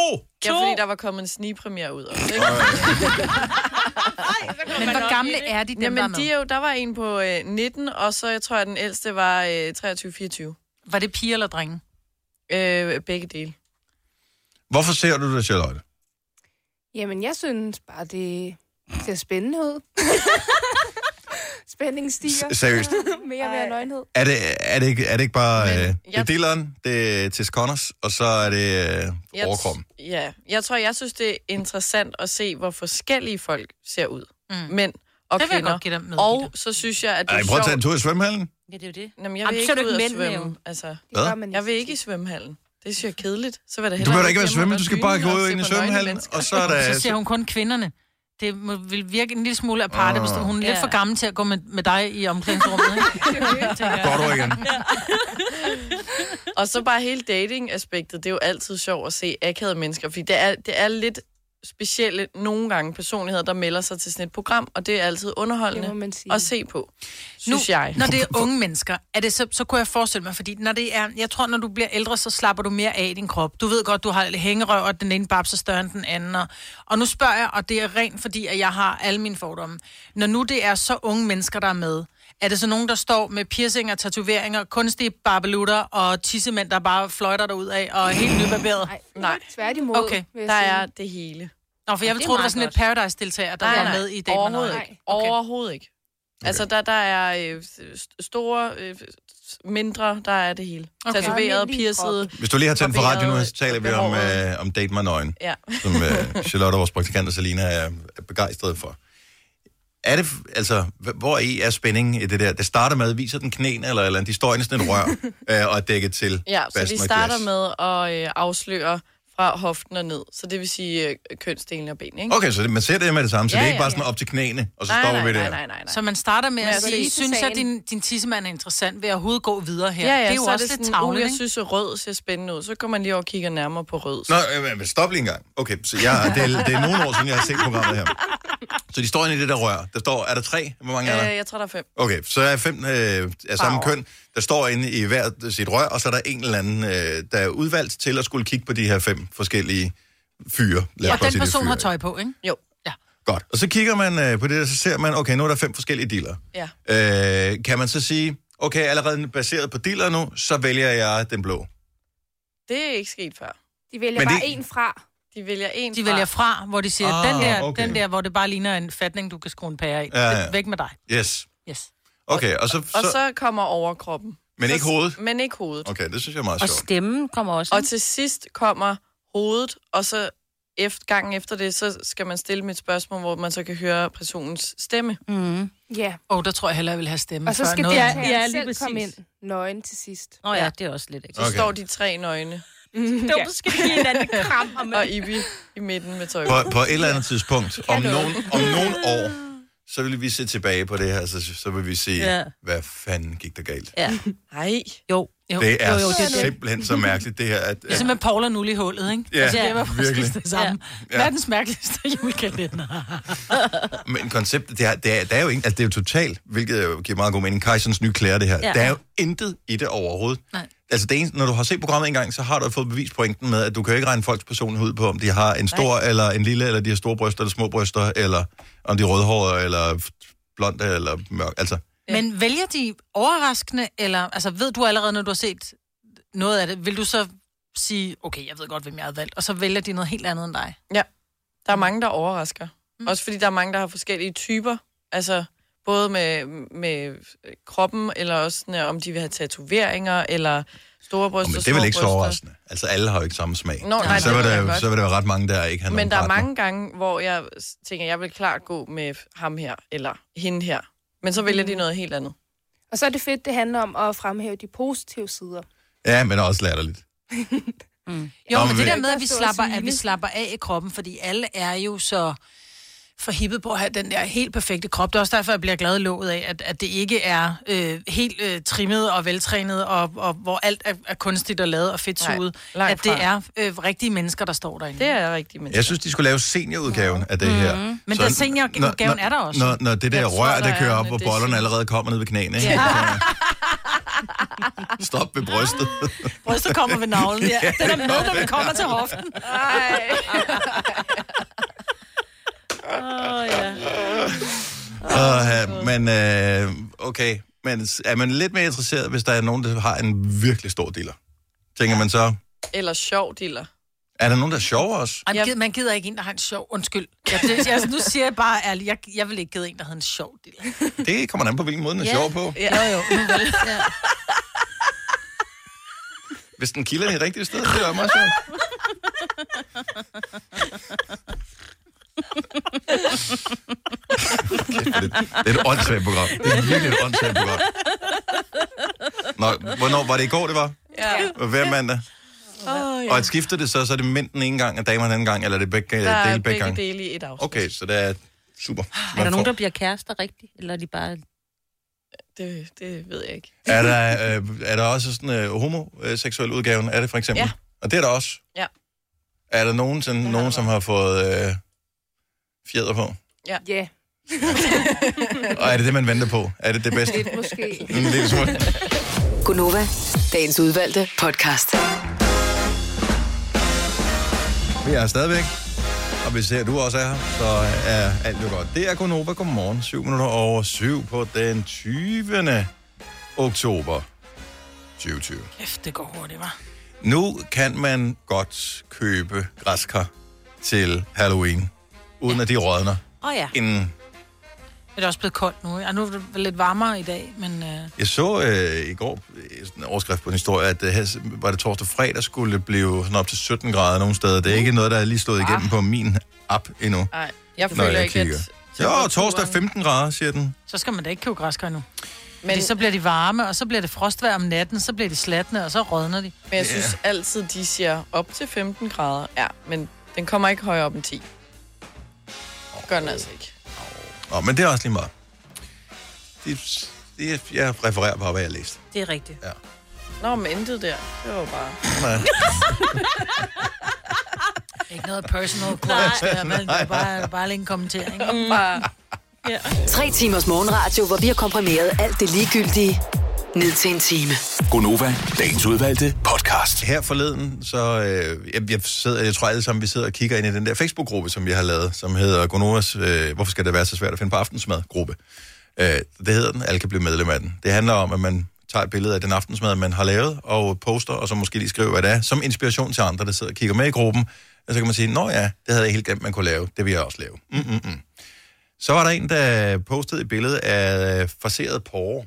Ja, fordi der var kommet en snigpremiere ud. Og
Men hvor gamle er de, dem,
Jamen,
der er med?
de er jo, der var en på øh, 19, og så jeg tror, at den ældste var øh, 23-24.
Var det piger eller drenge?
Øh, begge dele.
Hvorfor ser du det, Charlotte?
Jamen, jeg synes bare, det ser spændende ud. Spændingen stiger.
S- seriøst?
Mere og mere nøgenhed.
Er det, er det, ikke, er det ikke bare øh, det er dilleren, det er til Connors, og så er det øh,
Jeg,
overkroppen?
ja, jeg tror, jeg synes, det er interessant at se, hvor forskellige folk ser ud. Mm. Mænd og
Det vil jeg
kvinder.
godt give dig med
og så synes jeg, at det
Ej,
er
prøv at tage en
sjovt.
tur i svømmehallen.
Ja, det er jo det.
Jamen, jeg
Jamen,
vil
så er
ikke ud
det jo
og
ikke mænd,
svømme.
jo.
Altså,
Hvad? gør
jeg vil ikke i svømmehallen. Det synes jeg er kedeligt. Så vil det
Du behøver da ikke være i svømme, du skal bare gå ind i svømmehallen, og så er der... altså-
Så ser hun kun kvinderne. Det må, vil virke en lille smule aparte,
Åh.
hvis hun er lidt
Ja.
for gammel til at gå med, med dig i omklædningsrummet.
Går du igen?
Og så bare hele dating-aspektet, det er jo altid sjovt at se akavede mennesker, fordi det er, det er lidt specielle nogle gange personligheder, der melder sig til sådan et program, og det er altid underholdende
Det må man
at se på, synes
nu,
jeg.
Når det er unge mennesker, er det så, så kunne jeg forestille mig, fordi når det er, jeg tror, når du bliver ældre, så slapper du mere af i din krop. Du ved godt, du har hængerøv, og den ene babs er større end den anden. Og, og nu spørger jeg, og det er rent fordi, at jeg har alle mine fordomme. Når nu det er så unge mennesker, der er med, er det så nogen, der står med piercinger, tatoveringer, kunstige barbelutter og tissemænd, der bare fløjter derud af og er helt nybarberet?
Nej,
tværtimod,
Okay,
vil jeg
der
sige.
er det hele.
Nå, for jeg
Og det er
troede, der var
meget
sådan lidt Paradise-deltager, der var med i Date med
Overhovedet
Nøgen.
ikke. Overhovedet ikke. Altså, der, der er øh, st- store, øh, st- mindre, der er det hele.
Okay.
Okay. Tatoveret,
Almindelig
pierced.
Hvis du lige har tændt for radioen, nu,
barberet,
så taler vi om, øh, om Date My Nøgen.
Ja.
som øh, Charlotte, vores praktikant og Selina er, er begejstret for. Er det, f- altså, h- hvor i er spændingen i det der? Det starter med, viser den knæen eller et eller andet, de står inde i sådan en rør øh, og er dækket til.
Ja, så
basken
de
og
starter
glas.
med at øh, afsløre fra hoften og ned. Så det vil sige øh, kønsdelen og ben, ikke?
Okay, så det- man ser det med det samme, så
Ja,
det er ikke
ja,
bare sådan
ja.
op til knæene, og så stopper vi der.
nej, nej.
Så man starter med
Men
at
altså,
sige,
lige til
synes jeg,
sagen-
din, din tissemand er interessant, vil jeg overhovedet gå videre her?
Ja, ja,
det er jo
så
også
er det
lidt
sådan, uh,
tavligt,
jeg
ikke?
synes, at rød ser spændende ud. Så går man lige over og kigger nærmere på rød.
Nå, øh, men stop lige en gang. Okay, så jeg, det, er, det er nogle år siden, jeg har set programmet her. Så de står inde i det der rør. Der står, er der tre? Hvor mange er der?
Øh, jeg tror, der er fem.
Okay, så er fem øh, af samme køn, der står inde i hver sit rør, og så er der en eller anden, øh, der er udvalgt til at skulle kigge på de her fem forskellige fyre. Lad os
Og
bare
den
sige, det er
person har
fyre.
tøj på, ikke?
Jo.
Godt. Og så kigger man øh, på det, og så ser man, okay, nu er der fem forskellige dealer.
Ja.
Øh, kan man så sige, okay, allerede baseret på dealer nu, så vælger jeg den blå.
Det er ikke sket før.
De vælger
Men
bare
det-
en fra.
De vælger en
De vælger fra, hvor de siger, ah, den,
Ah,
der,
okay.
okay. den der, hvor det bare ligner en fatning, du kan skrue en pære i.
Ja, ja.
Det- Væk med dig.
Yes.
Yes.
Okay, og så...
Og så kommer overkroppen.
Men ikke hovedet?
Men ikke hovedet.
Okay, det synes jeg er meget sjovt.
stemmen kommer også. Og til sidst kommer hovedet, og så efter, gangen efter det, så skal man stille mit spørgsmål, hvor man så kan høre personens stemme.
Mm.
Ja.
Og der tror jeg hellere, jeg vil have stemme.
Og så
før
skal
noget.
deltageren ja, selv komme ind nøgen til sidst.
Nå ja,
Ja.
det er også lidt
ikke?
Så
Okay.
okay. står de tre nøgne.
Mm, ja.
skal give hinanden krammer med. Og Ibi i midten med tøj.
På, på et eller andet tidspunkt, om nogen, om nogen år, så vil vi se tilbage på det her, så, så vil vi sige,
Ja.
ja. hvad fanden gik der galt?
Ja.
Nej.
Jo. jo.
Det er
jo, jo, det Altså- er det.
simpelthen så mærkeligt, det her. At,
Det er simpelthen Paul og Nul i hullet, ikke? Altså,
Ja,
det var præcis
virkelig.
det samme.
Ja.
Ja. Verdens mærkeligste julekalender.
Men konceptet, det er, det er, der er jo ikke, altså det er jo totalt, hvilket jo giver meget god mening, Kajsons nye klæder det her.
Ja.
Ja. Der er jo intet i det overhovedet.
Nej.
Altså det eneste, når du har set programmet en gang, så har du fået bevispointen med, at du kan jo ikke regne folks personlighed ud på, om de har en stor Nej. eller en lille, eller de har store bryster eller små bryster, eller om de er rødhårede, eller blonde, eller mørk. Altså,
Men vælger de overraskende, eller altså ved du allerede, når du har set noget af det, vil du så sige, okay, jeg ved godt, hvem jeg har valgt, og så vælger de noget helt andet end dig?
Ja. Der er mange, der overrasker. Mm. Også fordi der er mange, der har forskellige typer. Altså, både med, med kroppen, eller også sådan, om de vil have tatoveringer, eller store
og,
bryster,
men det er vel
små
ikke så
bryster.
overraskende. Altså alle har jo ikke samme smag.
Nå, nej,
så,
det
vil
ved
der,
jeg
jo-
godt.
så vil der være ret mange, der ikke har
Men
nogen
der er
partner.
mange gange, hvor jeg s- tænker, jeg vil klart gå med ham her, eller hende her. Men så vælger de noget helt andet.
Mm. Og så er det fedt, det handler om at fremhæve de positive sider.
Ja, men også latterligt.
Jo,
Nå,
men
men-
det der med, at vi
Forstå
slapper,
at sige
at vi
det.
slapper af i kroppen, fordi alle er jo så forhippet på at have den der helt perfekte krop. Det er også derfor, jeg bliver glad i låget af, at, at det ikke er øh, helt øh, trimmet og veltrænet, og, og hvor alt er, er kunstigt og lavet og fedtsuget.
Nej, langt
At det
fra.
er øh, rigtige mennesker, der står derinde.
Det er rigtige mennesker.
Jeg synes, de skulle lave seniorudgaven af det her.
Mhm. Men der seniorudgaven
når-
er der også.
Når, når det der
Jeg tror,
rør,
der
der
er
kører
en
op, hvor
edition.
bollerne allerede kommer ned ved knæene. Ikke?
Ja.
Så Stop ved brystet.
Brystet kommer ved navlen, ja. Den er med, når vi kommer til hoften. Åh, ja.
Uh, men øh, okay, men s- er man lidt mere interesseret, hvis der er nogen, der har en virkelig stor dealer? Tænker man så,
Eller sjov diller.
er der nogen, der er sjovere også?
Ej, man, gider, man gider ikke en, der har en sjov... Undskyld. Jeg, det, jeg, nu siger jeg bare ærligt, jeg, jeg vil ikke gide en, der havde en sjov del.
Det kommer an på, hvilken måde den er sjov på.
Ja. Jo, jo. nu vel. Ja.
Hvis den kilder i rigtige sted, det er jo meget sjovt. Kæft, det, det er et åndssvagt program. Det er virkelig et åndssvagt program. Nå, hvornår var det i går, det var?
Ja.
Hver mandag?
Oh,
Og at skifter det så, så er det mænd den ene gang, og damer den anden gang, eller er det begge,
Der er
dele begge
begge
gange?
dele i et afsnit.
Okay, så det er super.
Er der
Man
nogen,
får-
der bliver kærester rigtigt? Eller er de bare...
Det, det ved jeg ikke.
er, der, øh, er der også sådan øh, homoseksuel udgaven? Er det for eksempel?
Ja.
Og det er der også.
Ja.
Er der nogen, sådan, nogen som har fået øh, fjeder på?
Ja.
Yeah.
Og er det det, man venter på? Er det det bedste? Mm,
Lidt måske.
En lille smule.
Gunova, dagens udvalgte podcast.
Vi er her stadigvæk, og vi ser, at du også er her, så er alt jo godt. Det er Konoba. Godmorgen. 7 minutter over 7 på den 20. oktober 2020.
Kæft, det går hurtigt, var.
Nu kan man godt købe græskar til Halloween, uden at de rådner
Åh oh, ja.
inden
Det er også blevet koldt nu. ikke? Og nu er det lidt varmere i dag, men... Øh,
Jeg så øh, i går øh, sådan en overskrift på en historie, at øh, her var det torsdag og fredag skulle det blive sådan op til 17 grader nogle steder. Det er ikke noget, der er lige slået igennem på min app endnu.
Uh. Ah. Nej, jeg
når
føler ikke, at...
kigger. Jo, torsdag 15 grader, siger den.
så skal man da ikke købe græskar nu. Men... Fordi så bliver de varme, og så bliver det frostvær om natten, så bliver de slatne, og så rådner de.
Men jeg synes altid, de siger op til 15 grader. Ja, men den kommer ikke højere op end 10. Gør
øh.
den altså ikke.
Nå, men det er også lige meget. Det, det, jeg refererer bare, hvad jeg læste.
Det er rigtigt.
Ja.
Nå, men intet der. Det var bare...
Nej.
Ikke noget personal quotes der, men det er bare, bare lige en kommentering. Mm.
Ja.
Tre timers morgenradio, hvor vi har komprimeret alt det ligegyldige ned til en time.
Gonova, dagens udvalgte podcast. Her forleden, så øh, jeg, jeg, sidder, jeg tror alle sammen, vi sidder og kigger ind i den der Facebook-gruppe, som vi har lavet, som hedder Gonovas, øh, hvorfor skal det være så svært at finde på aftensmad-gruppe. Øh, det hedder den, alle kan blive medlem af den. Det handler om, at man tager et billede af den aftensmad, man har lavet, og poster, og så måske lige skriver, hvad det er, som inspiration til andre, der sidder og kigger med i gruppen. Og så kan man sige, nå ja, det havde jeg helt glemt, man kunne lave. Det vil jeg også lave.
mm,
Mm-mm-mm. Så var der en, der postede et billede af farseret porre.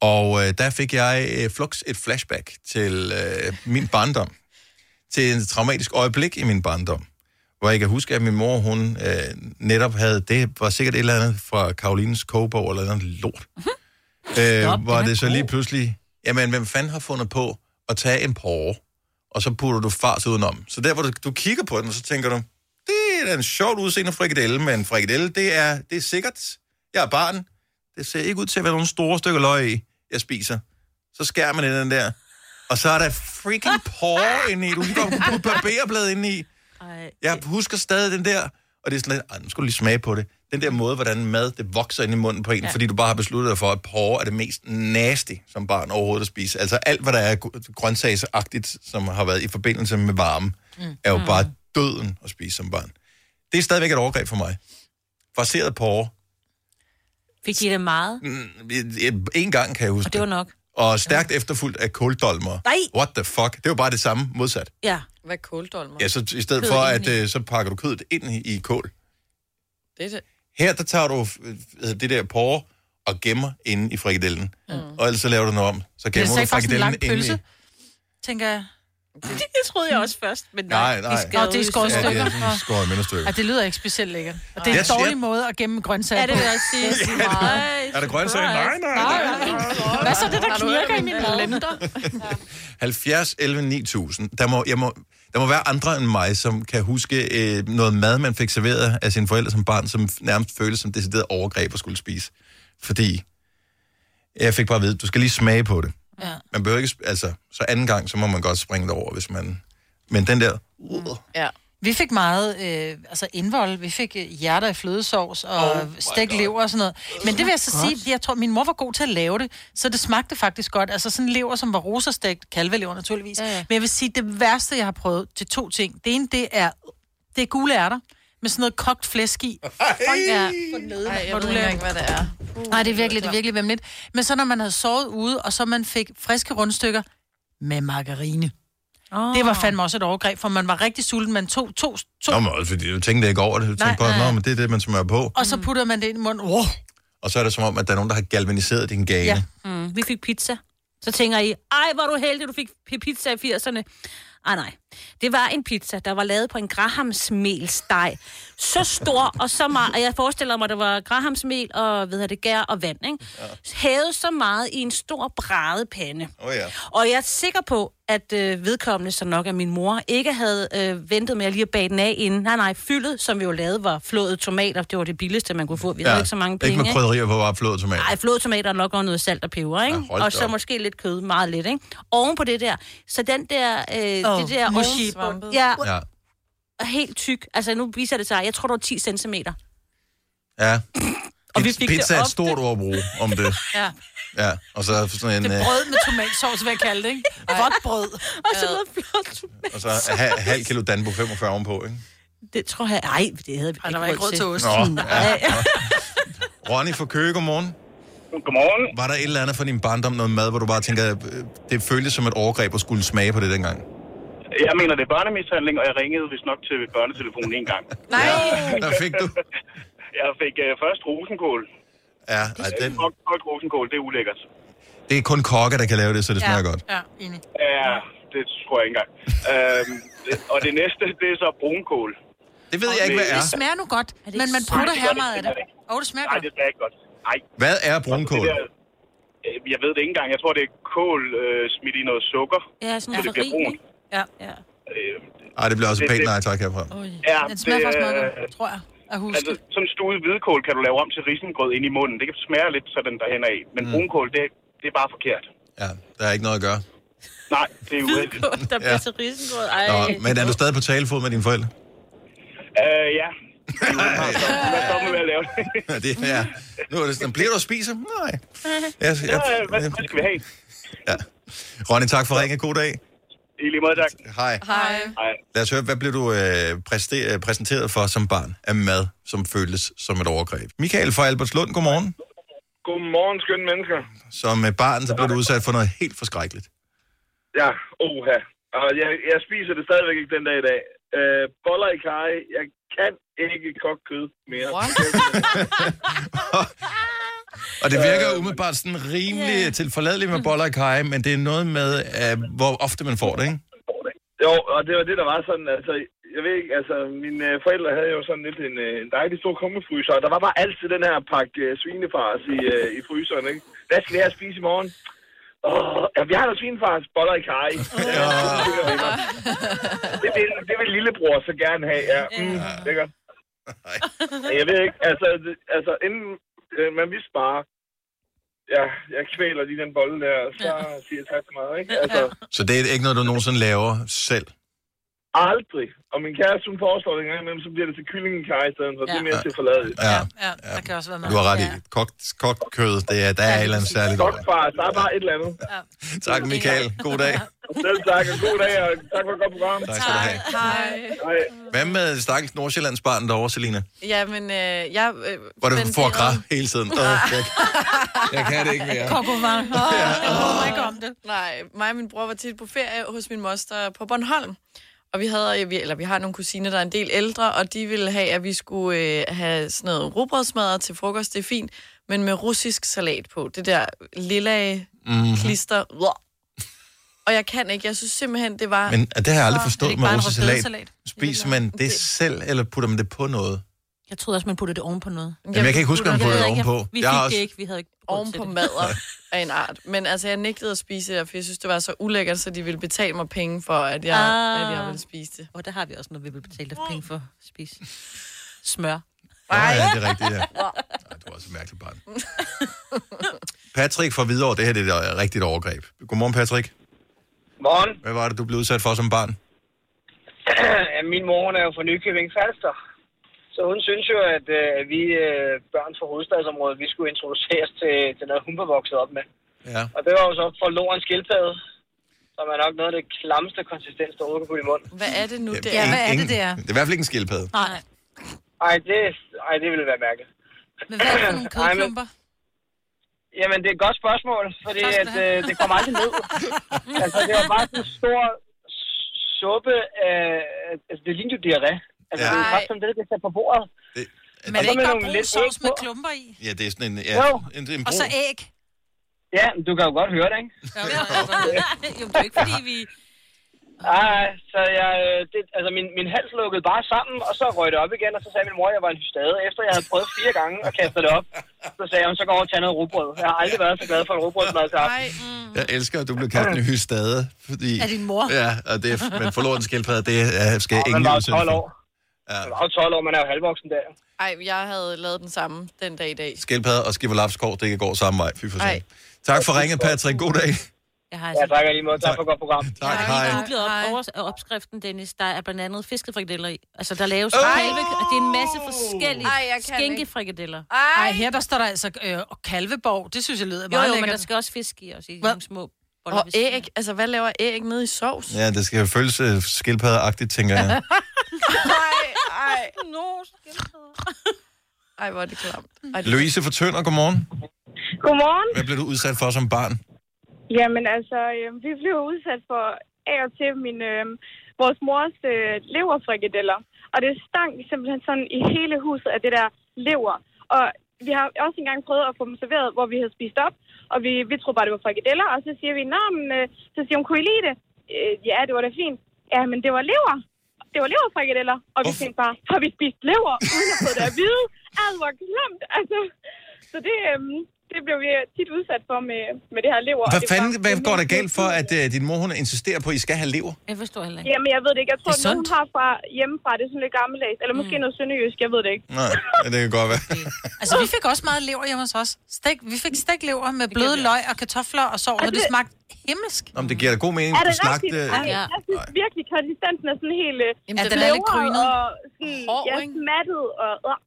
Og øh, der fik jeg øh, flux et flashback til øh, min barndom. Til en traumatisk øjeblik i min barndom. Hvor jeg kan huske, at min mor, hun øh, netop havde, det var sikkert et eller andet fra Karolines kogebog eller noget lort. Øh, hvor det så lige pludselig, jamen hvem fanden har fundet på at tage en porre, og så putter du fars udenom. Så der, hvor du, du kigger på den, og så tænker du, det er da en sjovt udseende frikadelle, men frikadelle, det er, det er sikkert. Jeg er barn. Det ser ikke ud til at være nogle store stykker løg i, jeg spiser. Så skærer man i den der. Og så er der freaking porre inde i. Du kan godt putte barberblad inde i. Jeg husker stadig den der, og det er sådan lidt, "Ej, nu skal du lige smage på det. Den der måde, hvordan mad det vokser ind i munden på en,
Ja.
ja. fordi du bare har besluttet dig for, at porre er det mest nasty, som barn overhovedet at spise. Altså alt, hvad der er gr- grøntsagsagtigt, som har været i forbindelse med varme, mm. er jo mm. bare døden at spise som barn. Det er stadigvæk et overgreb for mig. Farseret porre.
Fik de det meget?
Mm, et- et- En gang kan jeg huske
Og det var nok.
Og stærkt efterfulgt af kåldolmer.
Nej.
What the fuck? Det var bare det samme modsat.
Ja.
Hvad kåldolmer?
Ja, så i stedet
Kød
for,
ind
at
i.
øh, så pakker du kødet ind i, i kål.
Det er det.
Her, der tager du øh, det der porre og gemmer inde i frikadellen. Mm. Og ellers så laver du noget om. Så
Det er
gemmer
så
du
ikke bare sådan en
frikadellen
lang
inde i...
pølse, tænker jeg.
Det troede jeg også først, men
Nej, nej.
Nå, det er skåret
Ja, det
stykker.
er sådan skåret mindre stykker.
Ja, det lyder ikke specielt lækkert. Og det er
Jeg
en
siger-
dårlig måde at gemme grøntsager
Ja, det vil jeg også sige.
på.
Ja, det-
Er der grøntsager? Nej, nej.
Hvad så det, der
Har du
knirker
hørt
i
om
min
den
lænder?
70, 11, 9000. Der må, jeg må, der må være andre end mig, som kan huske øh, noget mad, man fik serveret af sine forældre som barn, som nærmest føltes som decideret overgreb at skulle spise. Fordi jeg fik bare at vide, du skal lige smage på det.
Ja.
Man behøver ikke, sp- altså, så anden gang, så må man godt springe det over, hvis man... Men den der... Uh,
Ja.
Vi fik meget øh, altså indvold. Vi fik øh, hjerter i flødesovs og oh stegt lever og sådan noget. Men det vil jeg så
Godt.
sige, jeg tror, min mor var god til at lave det, så det smagte faktisk godt. Altså sådan lever, som var rosastegt, kalvelever naturligvis. Ja, ja. Men jeg vil sige, det værste, jeg har prøvet til to ting. Det ene, det er, det er gule ærter med sådan noget kogt flæsk i.
Ja.
Ej,
Ej,
hvor
jeg ved
du laver-
ikke, engang, hvad det er.
Nej, det er virkelig, det er virkelig vemmeligt. Men så når man havde sovet ude, og så man fik friske rundstykker med margarine.
Ah.
Oh. Det var fandme også et overgreb, for man var rigtig sulten. Man tog to, to
Nå, men også fordi du tænkte ikke over det. Du
Nej,
tænkte på,
nej.
nå, men det er det, man smører på.
og så puttede man det ind i munden. Oh.
Og så er det som om, at der er nogen, der har galvaniseret din gane.
Ja. Mm, vi fik pizza. Så tænker I, ej, hvor er du heldig, du fik p- pizza i 80'erne. Ej, nej. Det var en pizza, der var lavet på en grahamsmelsteg. Så stor og så meget. Og jeg forestiller mig, der var grahamsmel og ved jeg det, gær og vand, ikke? Hævet så meget i en stor brædepande.
Oh, ja.
Og jeg er sikker på, at øh, vedkommende, som nok er min mor, ikke havde øh, ventet med at lige at bage den af inden. Nej, nej, fyldet, som vi jo lavede, var flåede tomater. Det var det billigste, man kunne få. Vi havde ikke så mange penge.
Ikke med krydderier på bare flod tomat.
Ej, flåede tomater og nok også noget salt og peber, ikke?
hold
og så
da op.
måske lidt kød, meget lidt, ikke? Oven på det der, så den der, øh,
Åh,
det der
mushy.
ovenbund- ja,
Ja.
og helt tyk. Altså, nu viser det sig, jeg tror, det var 10 cm.
ja.
Og vi
Pizza-
fik det
Pizza er et
ofte.
stort ord at bruge om det.
Ja.
Ja, og så sådan en...
Det
øh,
er brød med tomatsovs, vil jeg kalde det, ikke? Vådt brød.
Og så noget flot
Og så ha- halv kilo Danbo 45 ovenpå, ikke?
Det tror jeg, ej, det havde vi
Ej, der var ikke råd til ost.
Nå,
Nej.
Ronny fra Køge, godmorgen.
Godmorgen.
Var der et eller andet fra din barndom, noget mad, hvor du bare tænker, øh, det føltes som et overgreb at skulle smage på det dengang?
Jeg mener, det er børnemishandling, og jeg ringede vist nok til børnetelefonen en gang.
Nej!
Der fik du.
jeg fik øh, først rosenkål.
Ja, ej, den,
Kogt, kogt rosenkål, det er ulækkert.
det er kun kokke, der kan lave det, så det smager godt.
Ja, enig.
Ja, det tror jeg ikke engang. øhm, det, og det næste, det er så brunkål.
Det ved jeg ikke, hvad er.
Det smager nu godt, men man
ikke-
prutter
Nej,
her
det
meget af
gør
det.
det
Åh, oh, det smager
Nej,
godt.
det smager ikke godt. Nej.
Hvad er brunkål?
Det der, Øh, jeg ved det ikke engang. Jeg tror, det er kål øh, smidt i noget sukker,
Ja, sådan
så det bliver brunt.
Ja.
ja.
Øh,
Ej, det bliver også
Det-
pænt
det-
nej tak herfra.
ja,
Den smager faktisk meget
øh,
godt, tror jeg. At huske.
Altså, sådan en stuet hvidkål kan du lave om til risengrød ind i munden. Det kan smage lidt sådan derhen af. Men
Mm.
mm. brunkål, det, det er bare forkert.
Ja, der er ikke noget at gøre.
Nej, det er uheldigt.
der
bliver Ja.
til risengrød. Ej.
Nå, men er du stadig på talefod med dine forældre?
Øh, ja. Hvad så med at lave det?
Ja, det ja. Nu er det sådan, bliver du at spise? Nej. Jeg,
Ja, hvad, hvad skal vi have?
Ronny, tak for ringen. God dag.
I lige måde, tak.
Hej.
Hej. Hej.
Lad os høre, hvad blev du øh, præste- øh, præsenteret for som barn af mad, som føltes som et overgreb? Michael fra Albertslund, godmorgen.
Godmorgen, skønne mennesker.
Som øh, barn, så blev du udsat for noget helt forskrækkeligt.
Ja, oha. Og jeg, jeg spiser det stadigvæk ikke den dag i dag. Øh, boller i kaj. Jeg kan ikke kogt kød mere.
Og det
Øh,
virker umiddelbart sådan rimelig yeah. tilforladeligt med boller og kaj, men det er noget med, øh, hvor ofte man får det, ikke?
Jo, og det var det, der var sådan, altså, jeg ved ikke, altså, mine øh, forældre havde jo sådan lidt en, øh, en dejlig stor kongefryser, og der var bare altid den her pakke øh, svinefars i, øh, i fryseren, ikke? Hvad skal jeg spise i morgen? Åh, ja, vi har noget svinefars, boller i kaj. Ja. det, vil, det vil lillebror så gerne have, ja. Mm, lækkert. Jeg ved ikke, altså, det- altså inden øh, man vidste bare, ja, jeg kvæler lige den bolle der, og så siger jeg tak så meget, ikke? Altså,
Så det er ikke noget, du nogensinde laver selv.
Aldrig. Og min kæreste, hun foreslår det en gang imellem, så bliver det til kyllingekaj i stedet, så ja. det er mere til forladet.
Ja,
Ja, der kan også være meget.
du har ret i. Kogt, kogt kød, det er, der er et eller andet særligt over. det.
Bare, der er bare et eller andet.
Tak, Michael. God dag.
Selv tak, og god dag, og tak for et godt program.
Tak skal du have.
Hej.
Hej.
Hvad med stakkels Nordsjællands barn derovre, Selina?
Ja, men øh, jeg... Øh,
Hvor du
men
får
det-
græd hele tiden. Øh, jeg, jeg kan det ikke mere.
Kokovang. Åh, jeg kommer ikke om det.
Nej, mig og min bror var tit på ferie hos min moster på Bornholm. Og vi havde, vi- eller vi har nogle kusiner, der er en del ældre, og de ville have, at vi skulle øh, have sådan noget rugbrødsmadder til frokost, det er fint, men med russisk salat på. Det der lille
Mhm.
klister. Og jeg kan ikke, jeg synes simpelthen, det var...
Men det har jeg
så- Er
aldrig
det
forstået
ikke
med
bare en
russisk salat.
rødbedesalat?
Spiser man det selv, eller putter man det på noget?
Jeg troede også, man puttede det oven på noget.
Jamen, jeg kan ikke huske, om man puttede det ovenpå.
Vi
Jeg
fik
har
det
også-
ikke, vi havde ikke
oven på mader af en art. Men altså, jeg nægtede at spise det, for jeg synes, det var så ulækkert, så de ville betale mig penge for, at jeg, ah. at jeg ville spise det.
Og der har vi også noget, vi vil betale dig penge for at spise. Smør.
Nej, ja, det er rigtigt, ja. Nej, du er også et mærkeligt barn. Patrick fra Hvidovre, det her det er et øh, rigtigt overgreb. Godmorgen, Patrick.
Morgen.
Hvad var det, du blev udsat for som barn?
Ja, Min mor hun er jo fra Nykøbing Falster. Så hun synes jo, at øh, at vi øh, børn fra hovedstadsområdet, vi skulle introduceres til, til noget, hun var vokset op med.
Ja.
Og det var jo så for lorens skildpadde, som er nok noget af det klamste konsistens, der overhovedet kan putte i munden.
Hvad er det nu, det
Ingen- ingen- Det er i hvert fald ikke en skildpadde.
Nej.
Ej, det, ej, det ville være mærkeligt.
Men hvad er det for nogle
Ej, men-
kødklumper?
Jamen, det er et godt spørgsmål, fordi
Tak skal
at,
du have.
øh, det kommer aldrig ned. altså, det var bare sådan en stor suppe af... Altså, det lignede jo diarré. Altså, det var
Ej.
faktisk som det, der blev sat på bordet.
Men er det
Og så
ikke
med
bare
nogle
brun
lidt
sovs
æg
med
på.
klumper i?
Ja, det er sådan en... Ja,
Jo.
en, en
Og så
brun-
æg.
Ja, men du kan jo godt høre det, ikke?
altså jo, det er ikke, fordi vi...
Nej, så jeg, øh, det, altså min, min hals lukkede bare sammen, og så røg det op igen, og så sagde min mor, at jeg var en hystade. Efter jeg havde prøvet fire gange at kaste det op, så sagde hun, så går over og tager noget rugbrød. Jeg har aldrig været så glad for en rugbrødsmad til aften.
mm.
Jeg elsker, at du blev kaldt en hystade. Fordi...
Af din mor.
Ja, og det er, men forlod en skildpadde, det er, skal jeg
Og
ingen
man var
livsønske.
12 år.
Ja.
Jeg var jo 12 år, man er jo halvvoksen der.
Ej, jeg havde lavet den samme den dag i dag.
Skildpadde og skibberlapskår, det går samme vej. Fy for
Ej.
sig. Tak for ringet, Patrick. God dag.
Jeg har
Ja, tak lige måde. Tak for et godt program.
Tak,
Jeg
hej.
har googlet op, over, opskriften, Dennis. Der er blandt andet fiskefrikadeller i. Altså, der laves oh! halve, og det er en masse forskellige
Ej, jeg kan
skinkefrikadeller.
Ej, her der står der altså øh, og Kalveborg. Det synes jeg lyder
Jo,
meget
jo, men
lækkert.
der skal også fisk i, også i
Hvad?
nogle små boller
Og
ved siden af.
æg, altså hvad laver æg nede i sovs?
Ja, det skal føles uh, skildpaddeagtigt, tænker jeg.
ej, ej. No, ej, hvor er det klamt. Ej, det...
Louise fra Tønder, godmorgen.
Godmorgen.
Hvad blev du udsat for som barn?
Jamen altså, øh, vi blev udsat for af og til min, øh, vores mors øh, leverfrikadeller. Og det stank simpelthen sådan i hele huset af det der lever. Og vi har også engang prøvet at få dem serveret, hvor vi havde spist op. Og vi, vi troede bare, det var frikadeller. Og så siger vi, Nå, men, øh, så siger hun, kunne I lide det? Øh, ja, det var da fint. Ja, men det var lever. Det var leverfrikadeller. Og vi tænkte bare, har vi spist lever, uden at få det at vide? Alt var klamt. Altså, Så det, øhm, det blev vi tit udsat for med, med det her lever. og
Hvad
det var
fanden hvad
rimelig-
går der galt for, at øh, din mor hun insisterer på, at I skal have lever?
Jeg forstår heller ikke.
Jamen, jeg ved det ikke. Jeg tror,
Det er
det hun har fra hjemmefra, det er sådan lidt gammeldags. Eller måske mm. noget sønderjysk, jeg ved det ikke.
Nej, det kan godt være.
Altså, vi fik også meget lever hjemme hos os. Stik, vi fik stiklever med bløde løg og kartofler og sov, og det smagte himmelsk.
Nå, men det giver da god mening, øh,
Er
at
det
du slagte...
rigtigt?
Ej,
Ja.
Altså,
jeg synes virkelig, konsistensen er sådan
øh,
helt... Jamen,
den er lidt grynet.
Og sådan, Hård, ja, smattet og... Øh.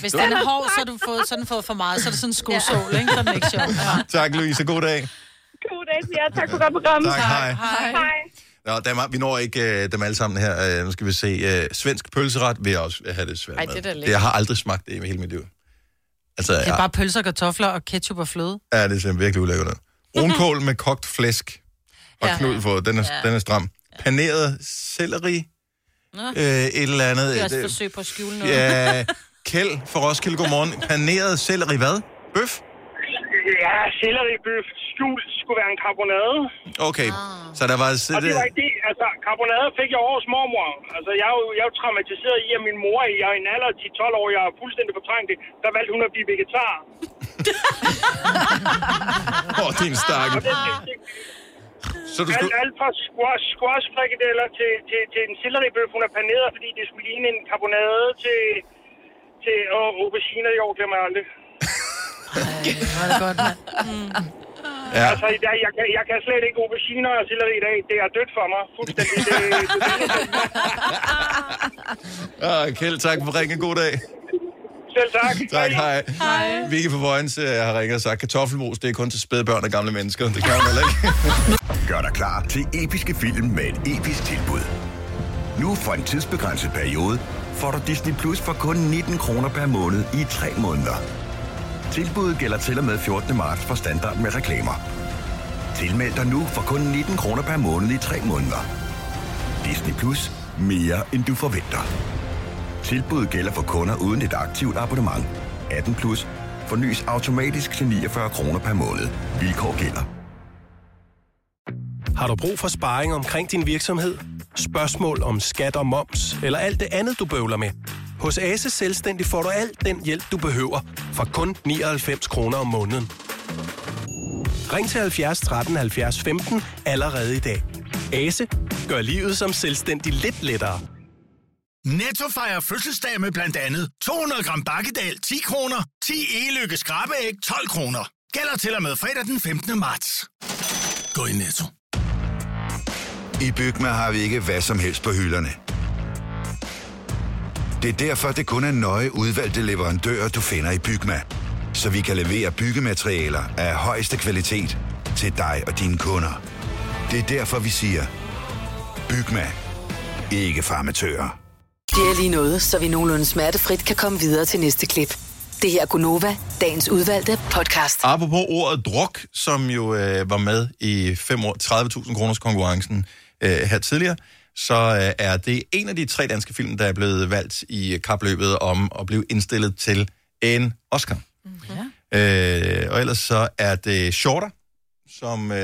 Hvis den er hård, så har du fået, så har den fået for meget, så er det sådan en skosål, ikke? Så er den ikke sjov.
Tak, Louise. God dag.
God dag til jer. Tak for godt program.
Tak, hej.
Hej.
hej.
Nå, der er, meget- vi når ikke øh, dem alle sammen her. Øh, nu skal vi se. Øh, svensk pølseret vil jeg også have det svært
Ej,
med.
det er da lækkert.
jeg har aldrig smagt det i hele mit liv. Altså,
Det
jeg,
er bare pølser, kartofler og ketchup og fløde.
Ja, det ser virkelig ulækkert ud. Brunkål med kogt flæsk og
Ja.
ja. knud på. Den er, ja. den er stram. Paneret selleri,
Nå.
øh, et eller andet.
Det er også
øh,
et forsøg på at skjule noget.
Ja, Kjeld fra Roskilde, godmorgen. Paneret selleri hvad? Bøf?
Ja, selleribøf skjul skulle være en karbonade.
Okay,
Ah.
så der var... Så
og det
det,
var ikke det. Altså, karbonade fik jeg over hos mormor. Altså, jeg er jo, jeg er jo traumatiseret i, at min mor i jeg er i en alder af 10-12 år, jeg er fuldstændig fortrængt det. Der valgte hun at blive vegetar.
Åh, oh, din
Og
stakkel.
det, det, det,
Så du
alt,
skulle...
alt fra squash, squash frikadeller til, til, til en selleribøf, hun er paneret, fordi det skulle ligne en karbonade til, til og aubergine i år, glemmer jeg aldrig.
Var det godt, mand.
Mm.
Ja.
Altså, i dag, jeg, kan, jeg kan slet ikke auberginer og selleri i dag. Det er dødt for mig. Fuldstændig. Det, det,
Ah, Kjeld, tak for ringen. God dag.
selv tak.
Tak, hej. hej. Vicky fra Vojens øh, har ringet og sagt, kartoffelmos, det er kun til spædbørn og gamle mennesker. Det kan hun heller ikke.
Gør dig klar til episke film med et episk tilbud. Nu for en tidsbegrænset periode får du Disney Plus for kun 19 kroner per måned i 3 måneder. Tilbuddet gælder til og med 14. marts for standard med reklamer. Tilmeld dig nu for kun 19 kroner per måned i 3 måneder. Disney Plus. Mere end du forventer. Tilbuddet gælder for kunder uden et aktivt abonnement. 18 plus. Fornyes automatisk til 49 kroner per måned. Vilkår gælder.
Har du brug for sparring omkring din virksomhed? Spørgsmål om skat og moms, eller alt det andet, du bøvler med? Hos Ase Selvstændig får du alt den hjælp, du behøver, for kun 99 kroner om måneden. Ring til 70 13 70 15 allerede i dag. Ase gør livet som selvstændig lidt lettere.
Netto fejrer fødselsdag med blandt andet 200 gram bakkedal 10 kroner, 10 e-lykke skrabeæg 12 kroner. Gælder til og med fredag den 15. marts.
Gå i Netto. I Bygma har vi ikke hvad som helst på hylderne. Det er derfor, det kun er nøje udvalgte leverandører, du finder i Bygma. Så vi kan levere byggematerialer af højeste kvalitet til dig og dine kunder. Det er derfor, vi siger, Bygma. Ikke farmatører.
Det er lige noget, så vi nogenlunde smertefrit kan komme videre til næste klip. Det her er Gunova, dagens udvalgte podcast.
Apropos ordet druk, som jo øh, var med i fem år, 30.000 kroners konkurrencen øh, her tidligere, så øh, er det en af de tre danske film, der er blevet valgt i kapløbet om at blive indstillet til en Oscar. Mm-hmm. Øh, og ellers så er det Shorter, som øh,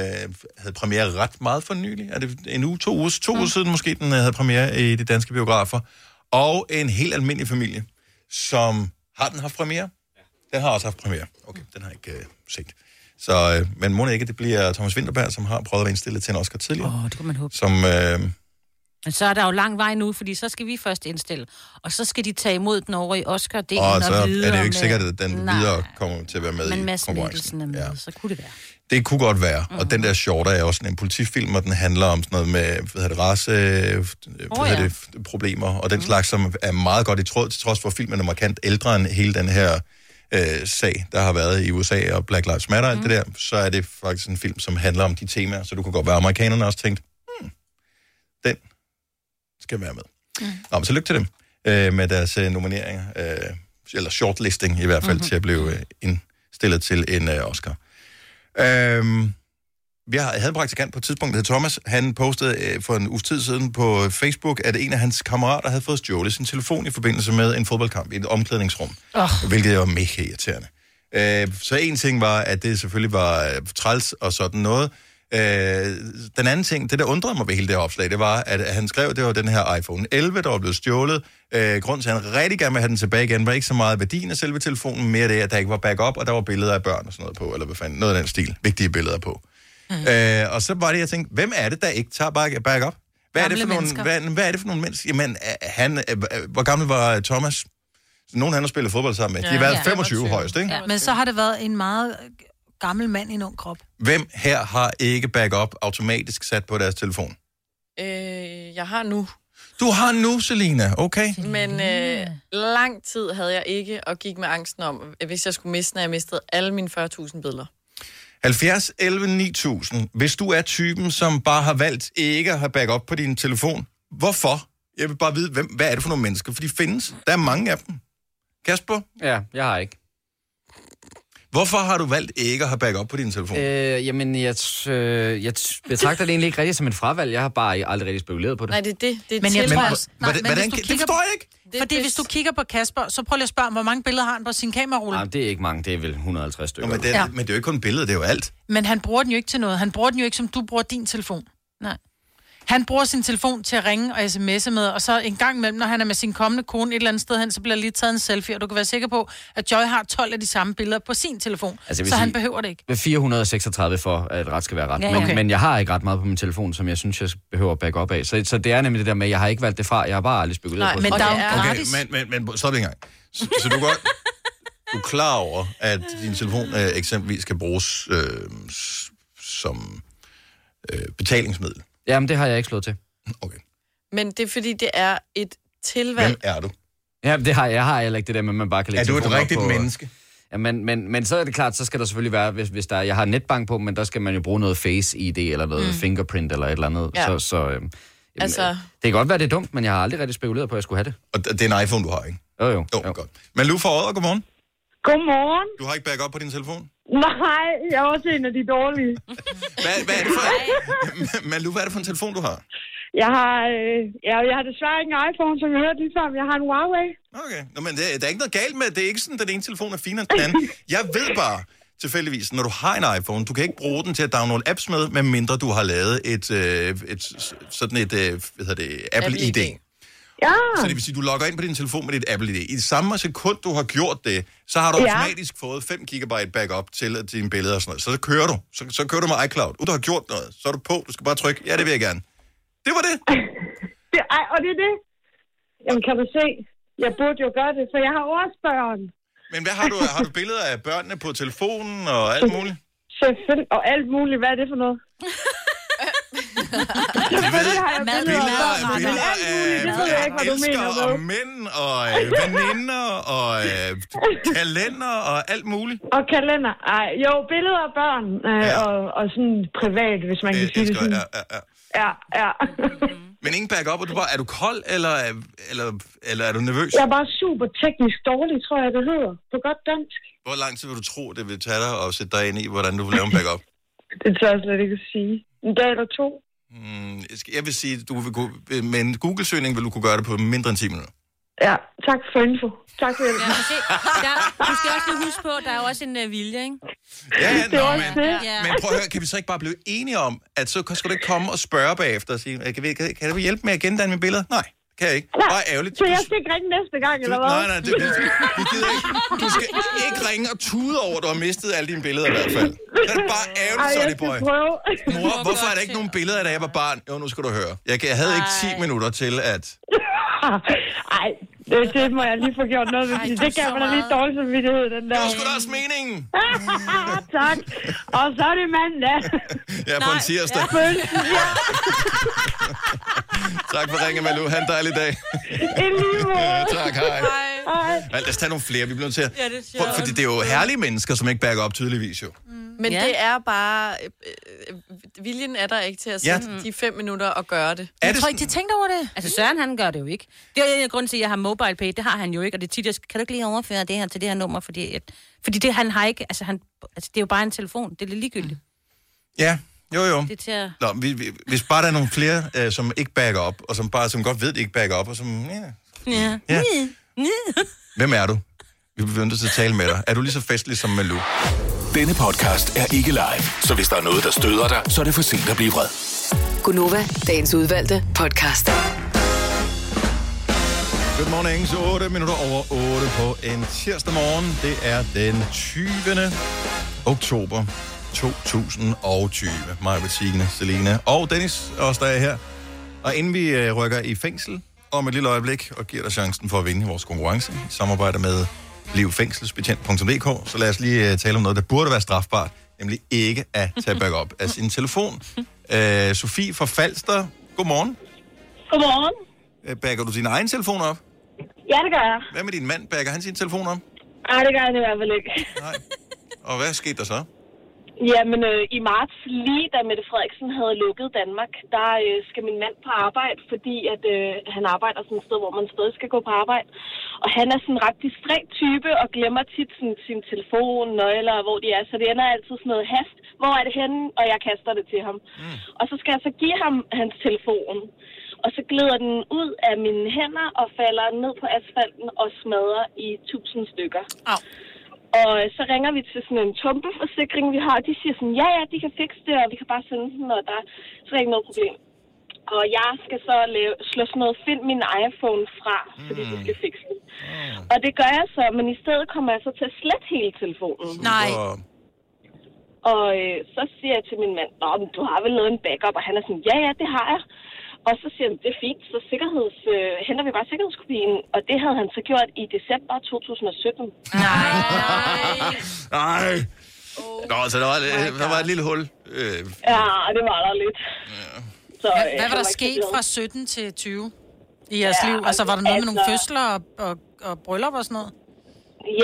havde premiere ret meget for nylig. Er det en uge, to uger, to uger siden måske, den øh, havde premiere i de danske biografer. Og En helt almindelig familie, som har den haft premiere. Den har også haft premiere. Okay, den har jeg ikke øh, set. Så, øh, men må det ikke, at det bliver Thomas Winterberg, som har prøvet at være indstillet til en Oscar tidligere. Åh,
oh, det kunne man håbe.
Som, øh,
Men så er der jo lang vej nu, fordi så skal vi først indstille. Og så skal de tage imod den over i Oscar-delen
og så er
videre
det jo ikke
med-
sikkert, at den
Nej,
videre kommer til at være med
men
i
Mads
konkurrencen.
Mikkelsen er med, ja. så kunne det være.
Det kunne godt være. Mm. Og den der shorter er også sådan en politifilm, og den handler om sådan noget med hvad hedder det, race, øh, hvad
ja.
hedder det, f- problemer og den mm. slags, som er meget godt i tråd, til trods for at filmen er markant ældre end hele den her øh, sag, der har været i USA og Black Lives Matter og mm. det der, så er det faktisk en film, som handler om de temaer, så du kunne godt være, at amerikanerne også tænkte, hmm, den skal være med. Mm. Nå, men så lykke til dem øh, med deres øh, nomineringer, øh, eller shortlisting i hvert fald, mm-hmm. til at blive øh, indstillet til en øh, Oscar. Øhm, vi har, jeg havde en praktikant på et tidspunkt, der hed Thomas. Han postede øh, for en uges tid siden på Facebook, at en af hans kammerater havde fået stjålet sin telefon i forbindelse med en fodboldkamp i et omklædningsrum. Oh. Hvilket var mega irriterende. Øh, så en ting var, at det selvfølgelig var øh, træls og sådan noget. Øh, den anden ting, det der undrede mig ved hele det her opslag, det var, at han skrev, det var den her iPhone 11, der var blevet stjålet. Øh, grunden til, at han rigtig gerne ville have den tilbage igen, var ikke så meget værdien af selve telefonen, mere det, at der ikke var backup, og der var billeder af børn og sådan noget på, eller hvad fanden, noget af den stil. Vigtige billeder på. Mm. Øh, og så var det, jeg tænkte, hvem er det, der ikke tager back- backup? Hvad er, det for
Gamle
nogle,
mennesker.
hvad, hvad er det for nogle mennesker? Jamen, øh, han, øh, øh, hvor gammel var Thomas? Nogen han har spillet fodbold sammen med. De har
Ja.
været
Ja.
25 højst, ikke?
Ja, men så har det været en meget øh, gammel mand i en ung krop.
Hvem her har ikke backup automatisk sat på deres telefon?
Øh, jeg har nu.
Du har nu, Selina. Okay.
Men øh, lang tid havde jeg ikke, og gik med angsten om, at hvis jeg skulle miste den, at jeg mistede alle mine 40.000 billeder.
70 11 9000. Hvis du er typen, som bare har valgt ikke at have backup på din telefon, hvorfor? Jeg vil bare vide, hvem, hvad er det for nogle mennesker? For de findes. Der er mange af dem. Kasper?
Ja, jeg har ikke.
Hvorfor har du valgt ikke at have backup på din telefon?
Øh, jamen, jeg, t- øh, jeg t- betragter det egentlig ikke rigtigt som et fravalg. Jeg har bare aldrig rigtig spekuleret på det.
Nej, det er det. det er
Men jeg
til-
tror også...
hvordan- hvordan kan- det forstår jeg
ikke. Fordi hvis du kigger på Kasper, så prøv lige at spørge ham, hvor mange billeder har han på sin kamerarulle.
Nej, det er ikke mange. Det er vel 150 stykker.
men, det,
Ja.
ja. men det er jo ikke kun billedet, det er jo alt.
Men han bruger den jo ikke til noget. Han bruger den jo ikke, som du bruger din telefon. Nej. Han bruger sin telefon til at ringe og sms'e med, og så en gang imellem, når han er med sin kommende kone et eller andet sted hen, så bliver der lige taget en selfie, og du kan være sikker på, at Joy har 12 af de samme billeder på sin telefon,
Altså,
altså,
jeg vil
så han
sige-
behøver det ikke.
Med 436 for, at ret skal være ret.
Ja,
Ja,
ja.
ja.
Okay.
Men, men jeg har ikke ret meget på min telefon, som jeg synes, jeg behøver at back op af. Så, så det er nemlig det der med, at jeg har ikke valgt det fra. Jeg har bare aldrig spekuleret på det.
okay, men, men, men stop en gang. Så, så du er godt... Du er klar over, at din telefon øh, eksempelvis kan bruges øh, s- som øh, betalingsmiddel.
Jamen, det har jeg ikke slået til.
Men det er, fordi det er et tilvalg.
Hvem er du?
Ja, det har jeg, jeg har heller ikke det der med, at man bare kan lægge
Er du et
telefonen op
rigtigt
på, øh,
menneske?
Ja, men, men, men så er det klart, så skal der selvfølgelig være, hvis, hvis der er, jeg har netbank på, men der skal man jo bruge noget Face ID eller noget
Mm.
mm. fingerprint eller et eller andet.
Ja.
Ja. Så, så øhm,
Altså,
det kan godt være, det er dumt, men jeg har aldrig rigtig spekuleret på, at jeg skulle have det.
Og det er en iPhone, du har, ikke?
Jo, jo.
Jo, godt. Men Lou fra Odder, godmorgen.
Godmorgen.
Du har ikke backup på din telefon?
Nej, jeg er også en af de dårlige.
Hvad, hvad er det for? Men Lou, hvad er det for en telefon, du har?
Jeg har, øh, jeg, jeg har desværre ikke en iPhone, som jeg hørte lige før, men jeg har en Huawei.
Okay. Nå, men det, der er ikke noget galt med, det er ikke sådan, at den ene telefon er finere end den anden. Jeg ved bare, tilfældigvis, når du har en iPhone, du kan ikke bruge den til at downloade apps med, medmindre du har lavet et, øh, et s- sådan et, øh, hvad hedder det, Apple ID.
Ja.
Så det vil sige, du logger ind på din telefon med dit Apple ID. I samme sekund, du har gjort det, så har du
Ja.
automatisk fået 5 GB backup til at dine billeder og sådan noget. Så, så kører du. Så, så kører du med iCloud. Du har gjort noget. Så er du på. Du skal bare trykke, ja, det vil jeg gerne. Det var det.
det ej, og det er det. Jamen, kan du se? Jeg burde jo gøre det, for jeg har også børn.
Men hvad har du? Har du billeder af børnene på telefonen og alt muligt?
Selvfølgelig. Og alt muligt. Hvad er det for noget? Selvfølgelig har jeg
Mad,
billeder af
billeder,
børn.
billeder
Alt muligt, det
af
ved jeg ikke, hvad du mener,
elsker
bro.
og mænd og øh, veninder og øh, kalender og alt muligt.
Og kalender. Ej, jo, billeder af børn. Øh,
Ja.
og, og sådan privat, hvis man kan sige det sådan.
Ja, ja, ja.
Ja, ja.
Men ingen backup, og du bare, er du kold, eller, er- eller, eller er du nervøs?
Jeg er bare super teknisk dårlig, tror jeg, det hedder. På godt dansk.
Hvor lang tid vil du tro, det vil tage dig at sætte dig ind i, hvordan du vil lave en backup?
Det tør jeg slet ikke at sige. En dag eller to.
Mm, Jeg vil sige, du vil kunne, med en Google-søgning vil du kunne gøre det på mindre end 10 minutter.
Ja, tak for info. Tak for hjælpen.
Ja, se, der, du skal også lige huske på, der er jo også en øh, vilje, ikke?
Ja, ja,
Det er
nå,
også
men,
det. Ja.
men prøv at høre, kan vi så ikke bare blive enige om, at så skal du ikke komme og spørge bagefter og sige, "Øh, kan, vi, kan, kan du hjælpe med at gendanne mine billeder? Nej, det kan jeg ikke. Nej, ærgerligt.
Så jeg skal ikke ringe næste gang, eller hvad?
Nej, nej, det, det, vi gider ikke. Du skal ikke ringe og tude over, at du har mistet alle dine billeder i hvert fald. Det er bare ærgerligt,
Ej, jeg
Sonny
skal
Boy.
prøve.
Mor, hvorfor er der ikke nogen billeder af, da jeg var barn? Jo, nu skal du høre. Jeg, jeg havde ikke 10 minutter til at...
Ej, det, det må jeg lige få gjort noget ved, fordi det gav mig da lige dårlig samvittighed, den der.
Det var sgu da også meningen.
tak. Og så er det mandag.
Ja, på en tirsdag.
Følelsen, ja.
Tak for ringen, Malu. Ha' en dejlig dag.
I lige måde.
Øh, tak, hej.
Hej.
Ej, Lad os tage nogle flere, vi bliver nødt til at...
Ja, det er sjovt.
For, fordi det er jo herlige mennesker, som ikke backer op tydeligvis jo.
Men
Ja.
ja. det er bare... øh, Øh, viljen er der ikke til at
Ja.
sætte de fem minutter og gøre det.
Er Jeg det tror ikke,
de tænkte over det.
Altså Søren, han gør det jo ikke. Det er en af grunden til, at jeg har mobile pay. Det har han jo ikke, og det er tit, jeg skal, kan du ikke lige overføre det her til det her nummer, fordi, at, fordi det han har ikke, altså, han, altså det er jo bare en telefon. Det er lidt ligegyldigt.
Ja, jo jo.
Det er til at...
Nå, vi, vi, hvis bare der er nogle flere, øh, som ikke backer op, og som bare som godt ved, de ikke backer op, og som... Ja.
Ja.
Ja.
Nye. Nye.
Hvem er du? Vi bliver nødt til at tale med dig. Er du lige så festlig som Malu?
Denne podcast er ikke live, så hvis der er noget, der støder dig, så er det for sent at blive vred.
Gunova, dagens udvalgte podcast.
Good morning, så 8 minutter over 8 på en tirsdag morgen. Det er den 20. oktober 2020. Mig, Bettine, Selina og Dennis, også der er her. Og inden vi øh, rykker i fængsel om et lille øjeblik og giver dig chancen for at vinde vores konkurrence i samarbejde med livfængselsbetjent.dk, så lad os lige øh, tale om noget, der burde være strafbart, nemlig ikke at tage backup af sin telefon. Øh, Sofie fra Falster, godmorgen.
Godmorgen.
Øh, Backer du din egen telefon op?
Ja, det gør jeg.
Hvad med din mand? Backer han sin telefon op?
Nej, det gør jeg i hvert fald ikke.
Og hvad skete der så?
Jamen, øh, i marts, lige da Mette Frederiksen havde lukket Danmark, der øh, skal min mand på arbejde, fordi at, øh, han arbejder sådan et sted, hvor man stadig skal gå på arbejde. Og han er sådan en ret distræt type og glemmer tit sådan, sin telefon, nøgler, og hvor de er. Så det ender altid sådan noget hast. Hvor er det henne? Og jeg kaster det til ham. Mm. Og så skal jeg så give ham hans telefon. Og så glider den ud af mine hænder og falder ned på asfalten og smadrer i tusind stykker.
Au.
Og øh, så ringer vi til sådan en tumpeforsikring, vi har, og de siger sådan, ja, ja, de kan fikse det, og vi kan bare sende den, og der så er ikke noget problem. Og jeg skal så lave, slå sådan noget, find min iPhone fra, fordi
Mm.
de skal fikse den. Og det gør jeg så, men i stedet kommer jeg så til at slette hele telefonen.
Nej.
Og øh, så siger jeg til min mand, Nå, men du har vel lavet en backup? Og han er sådan, ja, ja, det har jeg. Og så siger han, det er fint, så sikkerheds, øh, henter vi bare sikkerhedskopien. Og det havde han så gjort i december 2017.
Ah, Nej. Nå, så der var, oh der var et lille hul. Øh,
Ja, det var der lidt. Så, øh,
Hvad,
jeg
hvad var
var
der
ikke
sket
så glad.
fra 17 til 20 i jeres
Ja,
liv? Altså, var der noget med nogle
altså-
fødsler og, og, og bryllup og sådan noget?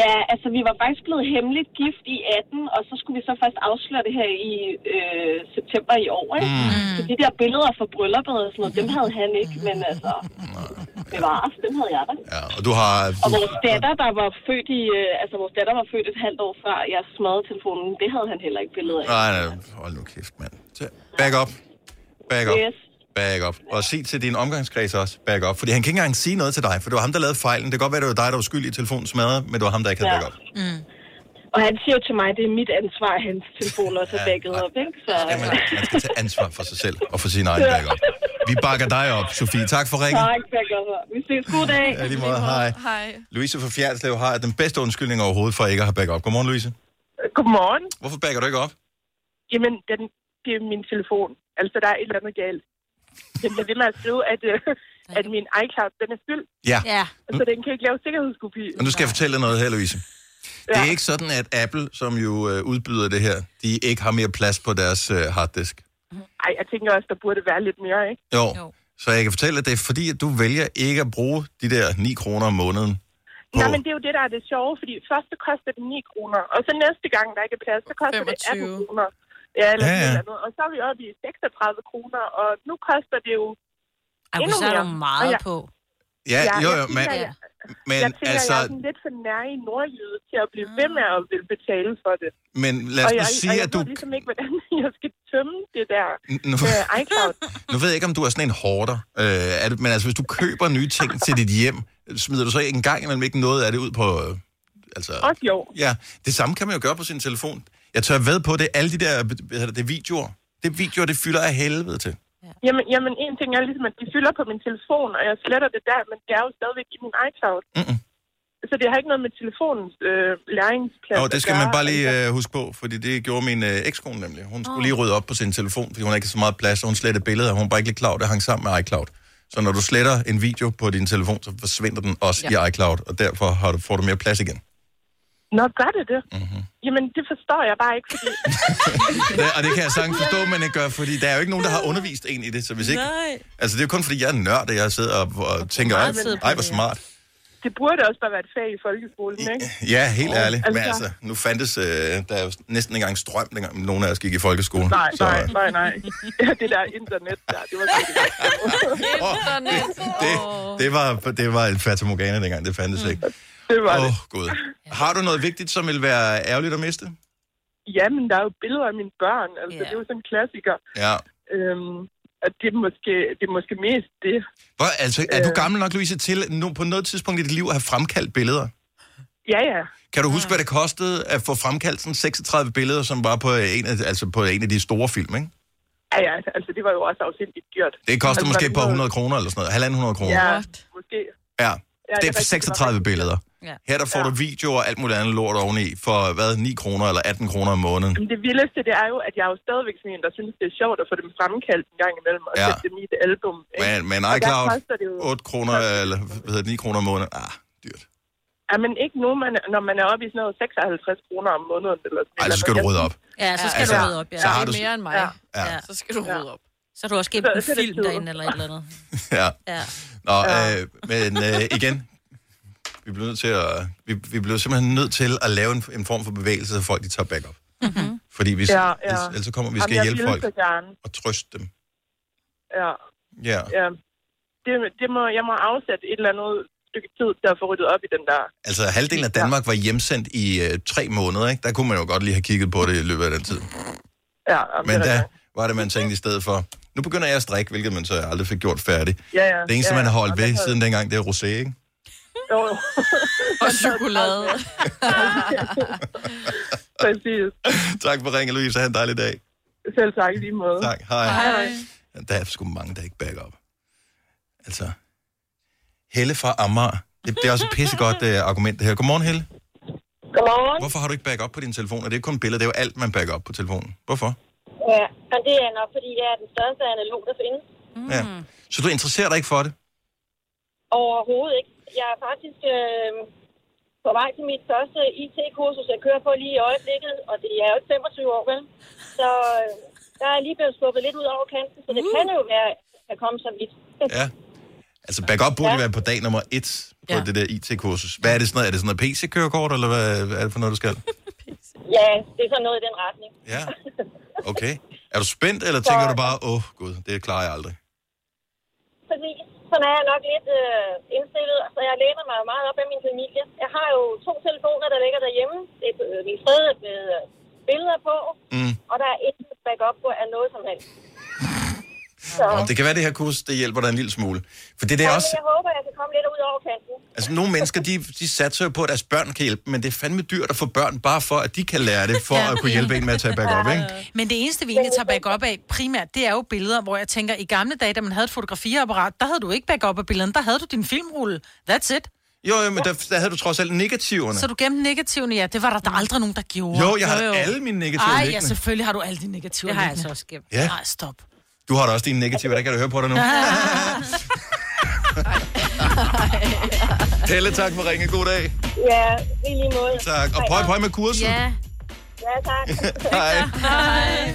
Ja, altså vi var faktisk blevet hemmeligt gift i 18, og så skulle vi så først afsløre det her i øh, september i år, ikke? Mm. Så de der billeder fra brylluppet og sådan noget, dem havde han ikke, men altså, det var dem havde jeg da.
Ja. Og du har...
Og vores datter, der var født i, øh, altså vores datter var født et halvt år før jeg smadrede telefonen, det havde han heller ikke billeder af.
Nej, nej, hold nu kæft, mand. Så Back up. Back up.
Yes.
Back up. Og sig til din omgangskreds også, back up. Fordi han kan ikke engang sige noget til dig, for det var ham, der lavede fejlen. Det kan godt være, det var dig, der var skyld i telefonen smadret, men det var ham, der ikke havde
Ja.
back up.
Mm. Og han siger jo til mig, at det er mit ansvar, at hans telefon også er
Ja,
bagget op, ikke? Så,
Man skal tage ansvar for sig selv og for sin egen back up. Vi bakker dig op, Sofie. Tak for ringen.
tak, tak, Vi ses. God dag.
Ja, lige måde. Hej.
Hej.
Louise fra Fjerdslev har den bedste undskyldning overhovedet for ikke at have back up. Godmorgen, Louise.
Godmorgen.
Hvorfor backer du ikke op?
Jamen, den, det er min telefon. Altså, der er et eller andet galt. Den bliver ved med at skrive, at, øh, at min iCloud, den er fyldt.
Ja.
ja. Så den kan ikke lave sikkerhedskopi.
Og nu skal jeg fortælle dig noget her, Louise. Det er ikke sådan, at Apple, som jo øh, udbyder det her, de ikke har mere plads på deres øh, harddisk.
Ej, jeg tænker også, der burde være lidt mere, ikke?
Jo. jo. Så jeg kan fortælle, at det er fordi, at du vælger ikke at bruge de der 9 kroner om måneden.
Nej, men det er jo det, der er det sjove, fordi først så koster det 9 kroner, og så næste gang, der ikke er plads, så koster 25. det 18 kroner. Ja, eller
Ja,
ja, ja.
ja.
Noget andet. Og så er vi oppe i 36 kroner, og nu koster det jo
Ej,
endnu
så
mere.
er der meget
Og
på.
Ja, jo,
jeg
jo, men-
tænker, jeg-
men
jeg tænker,
altså-
jeg er sådan lidt for nær i nordjyde til at
Ah.
blive ved med at ville betale for det.
Men lad os
og
nu
jeg, og
sige,
jeg
at du...
ved ligesom ikke, hvordan jeg skal tømme det der
nu-
øh, iCloud.
Nu ved jeg ikke, om du er sådan en hoarder. Øh, er det, men altså, hvis du køber nye ting til dit hjem, smider du så ikke en gang imellem ikke noget af det ud på... Øh, altså,
Også jo.
ja, det samme kan man jo gøre på sin telefon. Jeg tør ved på det. Alle de der hvad hedder det, videoer, det videoer, det fylder af helvede til.
Jamen, jamen, en ting er ligesom, at de fylder på min telefon, og jeg sletter det der, men det er jo stadigvæk i min iCloud.
Mm-mm.
Så det har ikke noget med telefonens øh, læringsplads
Nå, det skal
at gøre.
man bare lige øh, huske på, fordi det gjorde min øh, ekskone nemlig. Hun skulle
Åh.
lige rydde op på sin telefon, fordi hun havde ikke så meget plads, og hun slettede billeder, og hun var ikke lige klar, over, det hang sammen med iCloud. Så når du sletter en video på din telefon, så forsvinder den også
Ja.
ja. i iCloud, og derfor har du, får du mere plads igen.
Nå, gør det det? Mm-hmm. Jamen, det forstår jeg bare ikke, fordi...
Ja, og det kan jeg sagtens forstå, man ikke gør, fordi der er jo ikke nogen, der har undervist en i det, så hvis ikke...
Nej.
Altså, det er jo kun, fordi jeg er en nørd, og jeg sidder og, og tænker, ej,
meget tid på
ej,
det,
hvor
ja.
smart.
Det burde også bare være et fag i folkeskolen, ikke?
Ja, helt ærligt. Men
altså-
altså, nu fandtes øh, der er jo næsten ikke engang strøm, dengang nogen af os gik i folkeskolen.
Nej,
så,
nej, nej, nej. Ja, det der internet der, det var virkelig
internet.
Det, det, var, det var et fatamorgana dengang, det fandtes ikke.
Mm. Det var
Åh, oh, Gud. Har du noget vigtigt, som vil være ærgerligt at miste?
Ja, men der er jo billeder af mine børn. Altså, yeah. det er jo sådan en klassiker.
Ja.
Øhm, og det er, måske, det er måske mest det. Øh.
Hvor, altså, er du gammel nok, Louise, til nu, på noget tidspunkt i dit liv at have fremkaldt billeder?
Ja, ja.
Kan du huske, hvad det kostede at få fremkaldt sådan 36 billeder, som var på en, af, altså på en af de store film, ikke?
Ja, ja, altså det var jo også afsindigt dyrt.
Det koster
altså,
måske et
man-
par hundrede kroner eller sådan noget. Halvanden hundrede kroner.
Ja, måske.
ja.
det er
Det er
rigtigt,
36 billeder.
Ja.
Her der får du videoer og alt muligt andet lort oveni for, hvad, 9 kroner eller 18 kroner om måneden.
Men det vildeste, det er jo, at jeg er jo stadigvæk sådan en, der synes, det er sjovt at få dem fremkaldt en gang imellem og
Ja.
ja. sætte dem i et album. ikke?
Men, men
Og der
iCloud,
koster det jo-
8 kroner, eller hvad hedder det, 9 kroner om måneden. Ah,
Ja, men ikke nu, man, når man er oppe i sådan noget 56 kroner om måneden. Eller sådan
ej, så skal du rydde op.
Ja, så skal
Altså,
altså, du rydde op, ja.
så har du-
mere end mig.
Ja.
Ja.
Så skal du rydde op.
Så har du også gemt en
Så- så er det
film
kludret.
derinde eller et eller andet.
Ja.
Ja.
Nå, øh, men øh, igen, vi bliver, nødt til at, vi, vi bliver simpelthen nødt til at lave en, en form for bevægelse, så folk de tager back up.
Mhm.
Fordi hvis, ja, ja. Ellers, ellers så kommer vi skal
Jamen, jeg
hjælpe
ville
folk
Så gerne.
og trøste dem.
Ja.
Ja.
ja. Det, det må, jeg må afsætte et eller andet stykke tid til at få ryddet op i den der.
Altså halvdelen af Danmark var hjemsendt i øh, tre måneder, ikke? Der kunne man jo godt lige have kigget på det i løbet af den tid.
Ja, jamen, det
Men
er
der
rigtigt.
var det, man tænkte i stedet for, nu begynder jeg at strikke, hvilket man så aldrig fik gjort færdigt.
Ja, ja.
Det eneste,
ja,
man har holdt
og den
ved
havde-
siden dengang, det er rosé, ikke?
Jo, jo.
Og chokolade.
Præcis.
tak for ringen, Louise. Ha' en dejlig dag.
Selv tak i lige måde.
Tak. Hej.
Hej.
Der er sgu mange, der ikke backer op. Altså, Helle fra Amager. Det, det er også et pissegodt uh, argument, det her. Godmorgen, Helle.
Godmorgen.
Hvorfor har du ikke back op på din telefon? Og det er ikke kun billeder, det er jo alt, man backer op på telefonen. Hvorfor?
Ja, men det er nok, fordi jeg er den største analog, der findes.
Mm. Ja. Så du interesserer dig ikke for det?
Overhovedet ikke. Jeg er faktisk øh, på vej til mit første IT-kursus, jeg kører på lige i øjeblikket, og det jeg er jo ikke 25 år, vel? Så øh, der er lige blevet skubbet lidt ud over kanten, så det kan jo være, at jeg kan komme så vidt.
Ja. Altså, back up burde
Ja.
ja. være på dag nummer et på
Ja.
ja. det der IT-kursus. Hvad er det sådan noget? Er det sådan noget PC-kørekort, eller hvad, hvad er det for noget, du skal?
Ja, det er sådan noget i den retning.
Ja. Okay. Er du spændt, eller tænker du bare, åh oh, gud, det klarer jeg aldrig?
Præcis. Sådan er jeg nok lidt øh, indstillet, så jeg læner mig jo meget op af min familie. Jeg har jo to telefoner, der ligger derhjemme. Et, øh, min tredje med øh, billeder på,
Mm.
og der er et backup på af noget som helst. Så
Nå, det kan være, det her kurs, det hjælper dig en lille smule. For det, det er
Ja,
også...
men jeg håber, jeg kan komme lidt ud over kanten.
Altså, nogle mennesker, de, de satser jo på, at deres børn kan hjælpe, dem, men det er fandme dyrt at få børn, bare for, at de kan lære det, for
Ja.
at kunne hjælpe en med at tage back up, ikke?
Men det eneste, vi egentlig tager backup af primært, det er jo billeder, hvor jeg tænker, i gamle dage, da man havde et fotografiapparat, der havde du ikke backup af billederne, der havde du din filmrulle. That's it.
Jo, jo, men der, der havde du trods alt negativerne.
Så du gemte negativerne, ja. Det var der,
Mm.
der aldrig nogen, der gjorde.
Jo, jeg har alle mine negativer
Ej, ja,
liggende.
selvfølgelig har du alle dine negativer
Det har jeg
liggende.
altså også gemt.
Ja.
Nej, stop.
Du har da også dine negativer, der kan du høre på dig nu. Helle, tak for ringe. God dag.
Ja, i lige måde.
Tak. Og pøj, pøj med kursen. Ja.
Ja, tak.
Hej.
Hej.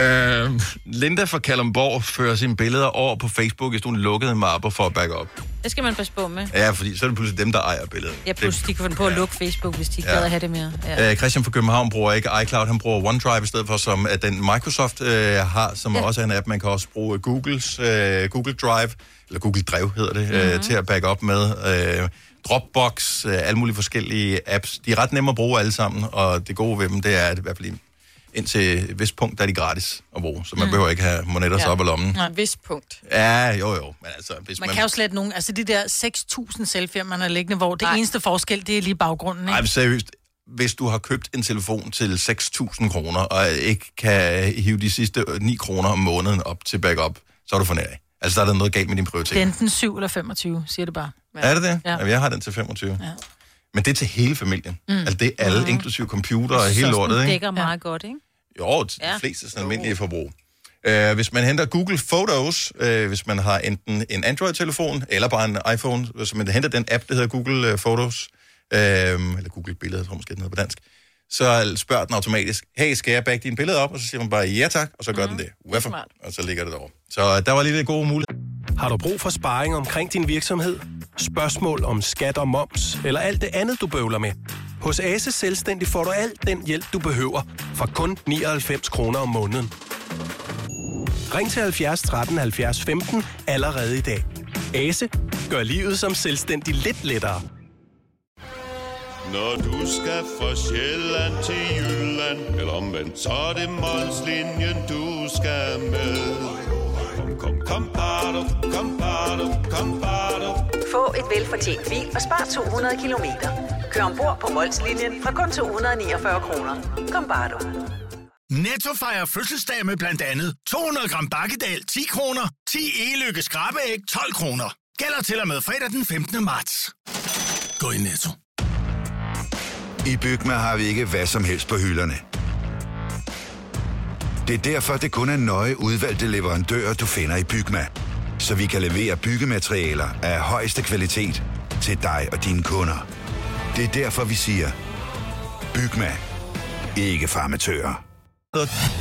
Øh, Linda fra Kalumborg fører sine billeder over på Facebook, hvis du lukkede mapper for at back up.
Det skal man passe på med.
Ja, fordi så er det pludselig dem, der ejer billedet.
Ja, plus de kunne finde på at lukke Facebook, hvis de ikke
Ja.
ja. gad at have det mere. Ja.
Øh, Christian fra København bruger ikke iCloud, han bruger OneDrive i stedet for, som at den Microsoft øh, har, som ja. også er en app. Man kan også bruge Googles, øh, Google Drive, eller Google Drive hedder det, mm-hmm. øh,
Mhm.
til at backe op med. Øh, Dropbox, øh, alle mulige forskellige apps. De er ret nemme at bruge alle sammen, og det gode ved dem, det er at i hvert fald i- indtil et vist punkt, der er de gratis at bruge, så man mm. behøver ikke have monetter ja. op i lommen.
Mhm. Nej, vis punkt.
Ja, jo jo, men altså... Hvis
Man kan jo slet nogen, altså de der 6.000 selfie'er, man har liggende, hvor det eneste forskel, det er lige baggrunden, ikke?
Ej, men seriøst. Hvis du har købt en telefon til 6.000 kroner, og ikke kan hive de sidste 9 kroner om måneden op til backup, så er du fornærmet. Altså, der er der noget galt med din
Det er
prioritering.
enten 7 eller 25, siger det bare.
Er det det?
Ja.
Ja. Jamen, jeg har den til 25.
Ja.
Men det er til hele familien. Mm.
Mm.
Altså, det er alle, mm. inklusive computer og hele lortet,
Den
ikke?
dækker meget godt, ikke?
Jo, til ja.
Ja.
de fleste sådan almindelige forbrug. Uh, hvis man henter Google Photos, uh, hvis man har enten en Android-telefon eller bare en iPhone, hvis man henter den app, der hedder Google øh, Photos, uh, eller Google Billeder, tror jeg måske den hedder på dansk, så spørger den automatisk, hey, skal jeg bagge dine billeder op? Og så siger man bare, ja tak, og så gør mm. den det. Hvorfor? Og så ligger det derovre. Så øh, der var lige det gode mulighed.
Har du brug for sparring omkring din virksomhed? Spørgsmål om skat og moms, eller alt det andet, du bøvler med? Hos Ase Selvstændig får du alt den hjælp, du behøver, for kun 99 kroner om måneden. Ring til 70 13 70 15 allerede i dag. Ase gør livet som selvstændig lidt lettere.
Når du skal fra Sjælland til Jylland, eller omvendt, så er det Molslinjen, du skal med. Kom, kom, kom, bado, kom, bado, kom, bado.
Få et velfortjent bil og spar 200 kilometer. Kør ombord på Molslinjen fra kun 249 kroner. Kom bare du.
Netto fejrer fødselsdag med blandt andet 200 gram bakkedal 10 kroner, 10 e-lykke skrabeæg 12 kroner. Gælder til og med fredag den 15. marts. Gå i Netto.
I Bygma har vi ikke hvad som helst på hylderne. Det er derfor, det kun er nøje udvalgte leverandører, du finder i Bygma. Så vi kan levere byggematerialer af højeste kvalitet til dig og dine kunder. Det er derfor, vi siger, Bygma. Ikke farmatører.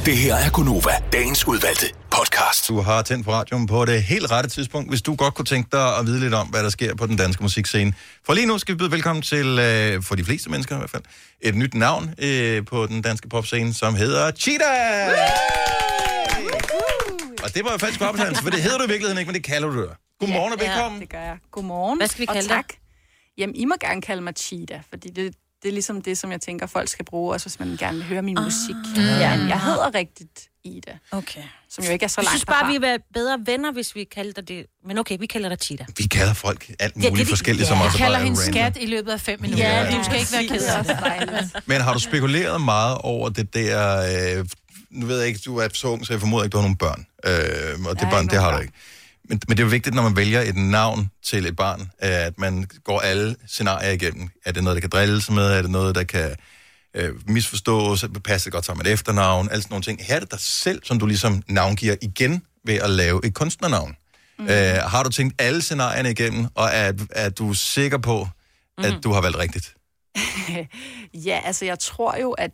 Det her er Gunova, dagens udvalgte podcast.
Du har tændt på radioen på det helt rette tidspunkt, hvis du godt kunne tænke dig at vide lidt om, hvad der sker på den danske musikscene. For lige nu skal vi byde velkommen til, øh, for de fleste mennesker i hvert fald, et nyt navn øh, på den danske popscene, som hedder Cheetah! Og det var jo falsk optagelse, for det hedder du i virkeligheden ikke, men det kalder du dig. Godmorgen og velkommen.
Ja, det gør jeg. Godmorgen.
Hvad skal vi kalde
og
dig?
tak. Jamen, I må gerne kalde mig Cheetah, fordi det, det er ligesom det, som jeg tænker, folk skal bruge, også hvis man gerne vil høre min ah. musik. Ja, jeg hedder rigtigt Ida.
Okay.
Som jo ikke er så
Jeg
langt
synes bare,
derfra.
vi er bedre venner, hvis vi kalder dig det. Men okay, vi kalder dig Tita.
Vi kalder folk alt muligt
det er det,
forskelligt, som
ja. Vi
også
kalder
bare er
hende
random.
Skat i løbet af fem minutter.
Ja,
Ja, du skal
ja.
ikke være ked af det.
Men har du spekuleret meget over det der... Øh, nu ved jeg ikke, du er så ung, så jeg formoder ikke, du har nogle børn. Øh, og det barn, det har du ikke. Men, men det er jo vigtigt, når man vælger et navn til et barn, øh, at man går alle scenarier igennem. Er det noget, der kan drille sig med? Er det noget, der kan øh, misforstås? Passer det godt sammen med et efternavn? Alle sådan nogle ting. Her er det dig selv, som du ligesom navngiver igen ved at lave et kunstnernavn. Mm. Øh, har du tænkt alle scenarierne igennem, og er, er du sikker på, at
Mhm.
du har valgt rigtigt?
ja, altså jeg tror jo, at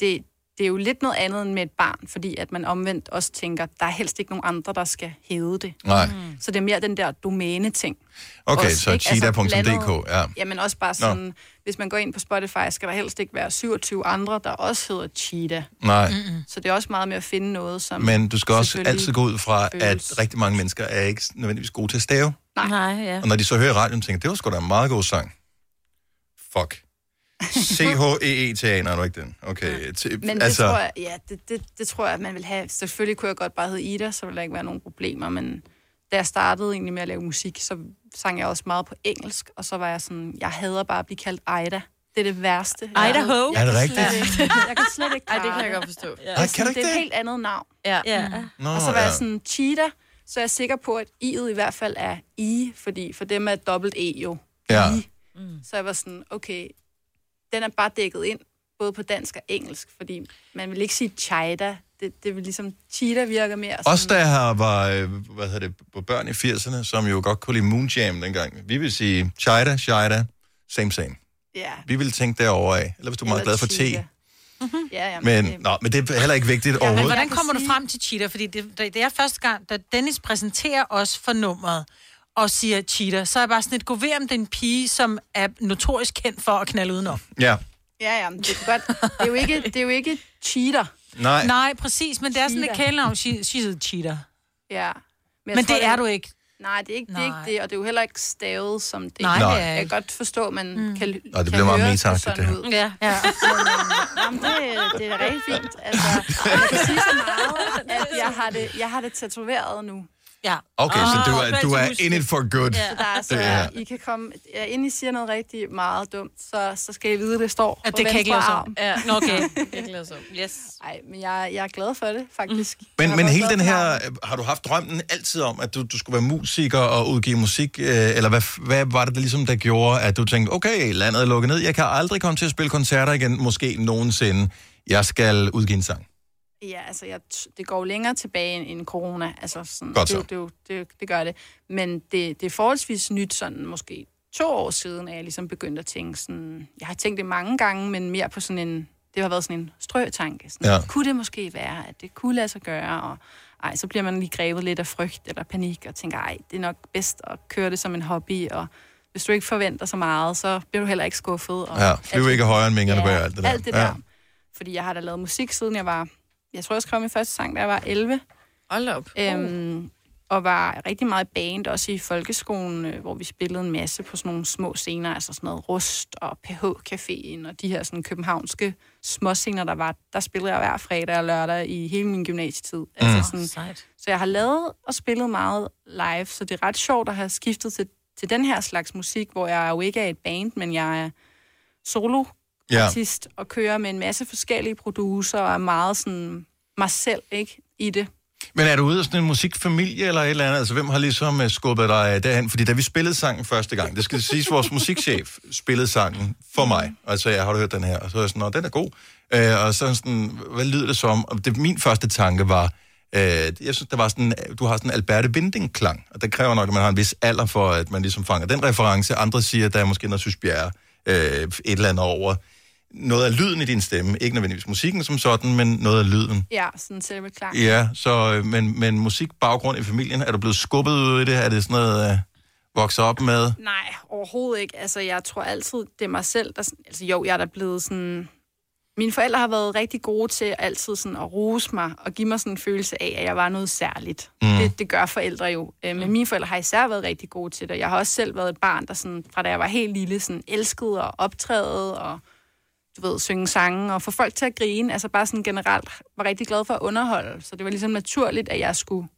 det, det er jo lidt noget andet end med et barn, fordi at man omvendt også tænker, der er helst ikke nogen andre, der skal hæde det.
Nej.
Mm. Så det er mere den der domæne-ting.
Okay,
Også,
så
ikke? Altså,
cheetah.dk,
blandet-
ja.
Jamen også bare sådan, Nå. hvis man går ind på Spotify, skal der helst ikke være 27 andre, der også hedder cheetah.
Nej.
Mm-mm. Så det er også meget med at finde noget, som...
Men du skal også
selvfølgelig
altid gå ud fra,
føles-
at rigtig mange mennesker er ikke nødvendigvis gode til at stave.
Nej, Nej ja.
Og når de så hører radioen, tænker det var sgu da en meget god sang. Fuck. E C-H-E-E-T-A, nej, er du ikke den? Okay. T-
Men det altså... tror jeg, ja, det, det, det tror jeg, at man vil have. Selvfølgelig kunne jeg godt bare hedde Ida, så ville der ikke være nogen problemer, men da jeg startede egentlig med at lave musik, så sang jeg også meget på engelsk, og så var jeg sådan, jeg hader bare at blive kaldt Ida. Det er det værste.
Idaho?
Jeg
Er det
kan
rigtigt?
slet ikke- Jeg kan slet ikke
Ej, det
klare
kan jeg godt forstå.
Ja.
Ej, kan
Sådan,
du ikke
det er et
det?
helt andet navn.
Ja.
ja.
Nå,
og så var jeg
ja.
sådan, cheetah, så er jeg sikker på, at i'et i hvert fald er i, fordi for dem er et dobbelt e jo.
Ja.
I. Så jeg var sådan, okay, den er bare dækket ind, både på dansk og engelsk, fordi man vil ikke sige cheetah. Det, det vil ligesom, cheetah virker mere sådan,
Os, der har var, øh, hvad hedder det, på børn i 80'erne, som jo godt kunne lide Moonjam dengang, vi vil sige Chida, Chida, same, same.
ja.
Vi vil tænke derover af. Eller hvis du er meget glad for te.
ja, ja,
Men, nå, men det er heller ikke vigtigt
Mhm. Ja, men
overhovedet.
hvordan kommer du frem til cheater? Fordi det, det det er første gang, da Dennis præsenterer os for nummeret og siger cheater, så er jeg bare sådan et, gå ved om den pige, som er notorisk kendt for at knalde udenom.
Ja.
Ja, ja, men det er godt. Det er jo ikke, det er jo ikke cheater.
Nej.
Nej, præcis, men det er sådan et
Cheater.
kælenavn, she, she's a cheater.
Ja. jeg
Men
tror,
det er du ikke.
Nej, det er ikke, det er
Nej.
ikke det, og det er jo heller ikke stavet som det.
Nej, det er
jeg
Nej. jeg
kan
ikke.
godt forstå, at man mm. kan,
Nå, det
kan
bliver meget
høre
metaagtigt,
sådan
det her.
ud.
Ja.
ja. Jamen, det, det er da rigtig fint. Altså, jeg kan sige så meget, at jeg har det, jeg har det tatoveret nu.
Ja. Ah,
Okay, så du er, du er in it for good.
Så der er, så
Det her.
I kan komme, ja, inden I siger noget rigtig meget dumt, så, så skal I vide, at det står
At
på
det kan
venstre
ikke laves om.
arm.
Ja, nå, okay. Det
kan ikke laves om.
Yes. Nej, men jeg, jeg er glad for det, faktisk. Mm.
Men, men hele den her, øh, har du haft drømmen altid om, at du, du skulle være musiker og udgive musik, øh, eller hvad, f- hvad var det, der ligesom der gjorde, at du tænkte, okay, landet er lukket ned, jeg kan aldrig komme til at spille koncerter igen, måske nogensinde, jeg skal udgive en sang.
Ja, altså, jeg, t- det går jo længere tilbage end, end corona. Altså, sådan,
Godt så.
det, det, det, det gør det. Men det, det er forholdsvis nyt, sådan måske to år siden, at jeg ligesom begyndte at tænke sådan... Jeg har tænkt det mange gange, men mere på sådan en... Det har været sådan en strøtanke. Sådan,
Ja.
ja. Kunne det måske være, at det kunne lade sig gøre? Og ej, så bliver man lige grebet lidt af frygt eller panik, og tænker, ej, det er nok bedst at køre det som en hobby, og hvis du ikke forventer så meget, så bliver du heller ikke skuffet. Og
Ja, flyv ikke højere end mingerne bag alt det der.
Alt det der. Ja. Fordi jeg har da lavet musik, siden jeg var... Jeg tror, jeg skrev min første sang, da jeg var 11.
Hold op. Uh.
Øhm, og var rigtig meget i band, også i folkeskolen, øh, hvor vi spillede en masse på sådan nogle små scener, altså sådan noget Rust og PH-caféen og de her sådan københavnske småscener, der var. Der spillede jeg hver fredag og lørdag i hele min gymnasietid.
Mm.
Altså sådan, så jeg har lavet og spillet meget live, så det er ret sjovt at have skiftet til til den her slags musik, hvor jeg jo ikke er et band, men jeg er solo
Ja.
artist og kører med en masse forskellige producer og er meget sådan mig selv, ikke, i det.
Men er du ude af sådan en musikfamilie eller et eller andet? Altså, hvem har ligesom øh, skubbet dig øh, derhen? Fordi da vi spillede sangen første gang, det skal siges, vores musikchef spillede sangen for mig. Og så sagde, jeg, har du hørt den her? Og så var jeg sådan, Nå, den er god. Øh, og så sådan, hvad lyder det som? Og det, min første tanke var, øh, jeg synes, der var sådan, du har sådan en Alberte Binding-klang. Og det kræver nok, at man har en vis alder for, at man ligesom fanger den reference. Andre siger, der er måske noget Sys Bjerre, øh, et eller andet over. Noget af lyden i din stemme. Ikke nødvendigvis musikken som sådan, men noget af lyden.
Ja, sådan selve klang.
Ja, så, øh, men, men musikbaggrund i familien, er du blevet skubbet ud i det? Er det sådan noget, øh, vokser op med?
Nej, overhovedet ikke. Altså, jeg tror altid, det er mig selv, der... sådan- Altså, jo, jeg er da blevet sådan... Mine forældre har været rigtig gode til altid sådan at rose mig og give mig sådan en følelse af, at jeg var noget særligt.
Mm.
Mm. Det, det gør forældre jo. Øh, Men mine forældre har især været rigtig gode til det. Jeg har også selv været et barn, der sådan, fra da jeg var helt lille, sådan elskede og optræde og du ved, synge sange og få folk til at grine. Altså bare sådan generelt var rigtig glad for at underholde. Så det var ligesom naturligt, at jeg skulle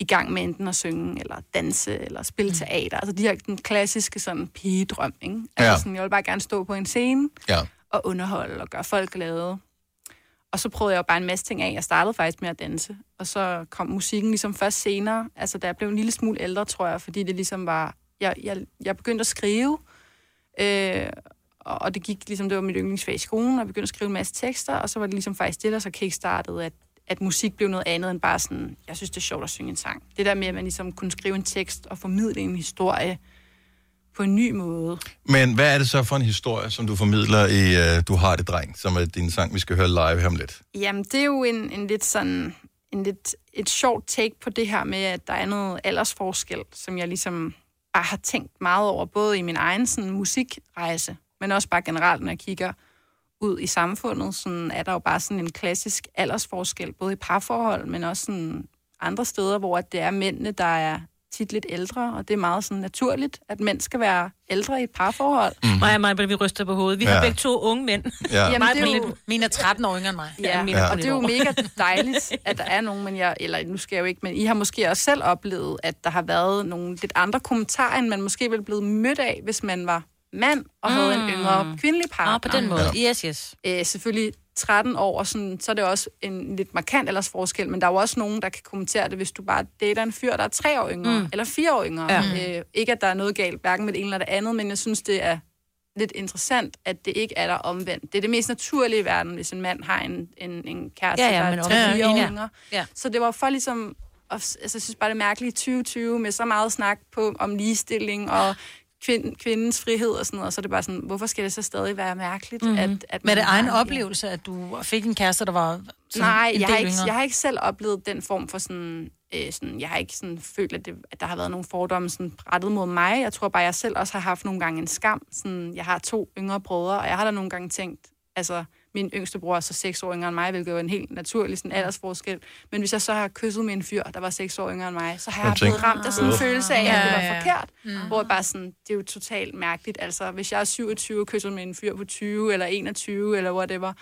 i gang med enten at synge, eller danse, eller spille mm. teater. Altså de her den klassiske sådan pigedrøm, ikke? Altså
Ja.
sådan, jeg vil bare gerne stå på en scene
Ja.
og underholde og gøre folk glade. Og så prøvede jeg jo bare en masse ting af. Jeg startede faktisk med at danse, og så kom musikken ligesom først senere. Altså da jeg blev en lille smule ældre, tror jeg, fordi det ligesom var... Jeg, jeg, jeg begyndte at skrive, øh, og, og det gik ligesom, det var mit yndlingsfag i skolen, og jeg begyndte at skrive en masse tekster, og så var det ligesom faktisk det, der så kickstartede, at, at musik blev noget andet end bare sådan, jeg synes, det er sjovt at synge en sang. Det der med, at man ligesom kunne skrive en tekst og formidle en historie på en ny måde.
Men hvad er det så for en historie, som du formidler i øh, Du har det, dreng, som er din sang, vi skal høre live her om lidt?
Jamen, det er jo en, en lidt sådan, en lidt, et sjovt take på det her med, at der er noget aldersforskel, som jeg ligesom bare har tænkt meget over, både i min egen sådan, musikrejse, men også bare generelt, når jeg kigger ud i samfundet, sådan er der jo bare sådan en klassisk aldersforskel, både i parforhold, men også sådan andre steder, hvor at det er mændene, der er tit lidt ældre, og det er meget sådan naturligt, at mænd skal være ældre i et parforhold.
Mhm.
Nej, mm. vi ryster på hovedet.
Vi har Ja. begge to unge mænd.
Ja. Jamen,
Mig
det
på
er jo-
lidt-
Min er 13 år yngre end mig.
Ja,
Ja,
ja.
mine er
og
på
det er jo
lidt
mega dejligt, at der er nogen, men jeg, eller nu skal jeg jo ikke, men I har måske også selv oplevet, at der har været nogle lidt andre kommentarer, end man måske ville blive mødt af, hvis man var mand og mm. havde en yngre kvindelig partner.
Ah, på den måde. Ja. Yes, yes.
Øh, selvfølgelig 13 år, og sådan, så er det også en lidt markant aldersforskel, men der er jo også nogen, der kan kommentere det, hvis du bare dater en fyr, der er tre år yngre,
Mm.
mm. eller fire år yngre.
Ja.
Ja. Øh, ikke, at der er noget galt, hverken med det ene eller det andet, men jeg synes, det er lidt interessant, at det ikke er der omvendt. Det er det mest naturlige i verden, hvis en mand har en, en, en kæreste,
Ja, ja,
der
men
er tre,
omvendt.
fire år
Ja.
yngre. Ja. Så det var for ligesom, og, s- altså, jeg synes bare, det er mærkeligt i 2020 med så meget snak på, om ligestilling og kvind, kvindens frihed og sådan noget, og så er det bare sådan, hvorfor skal det så stadig være mærkeligt?
Mhm.
Mm-hmm. At, at
Med Mhm. det
man har
egen
en-
oplevelse, at du fik en kæreste, der var sådan
Nej,
en
jeg
del
har, ikke,
yngre.
jeg har ikke selv oplevet den form for sådan... Øh, sådan jeg har ikke sådan følt, at, det, at der har været nogle fordomme sådan rettet mod mig. Jeg tror bare, jeg selv også har haft nogle gange en skam. Sådan, jeg har to yngre brødre, og jeg har da nogle gange tænkt... Altså, min yngste bror er så seks år yngre end mig, hvilket jo er en helt naturlig sådan, aldersforskel. Men hvis jeg så har kysset med en fyr, der var seks år yngre end mig, så har
Jeg
jeg blevet
tænker-
ramt af sådan en
Ah.
følelse af, at det
Ja,
var
ja.
forkert. Mm. Hvor jeg bare sådan, det er jo totalt mærkeligt. Altså, hvis jeg er 27 og kysser med en fyr på 20 eller 21 eller whatever,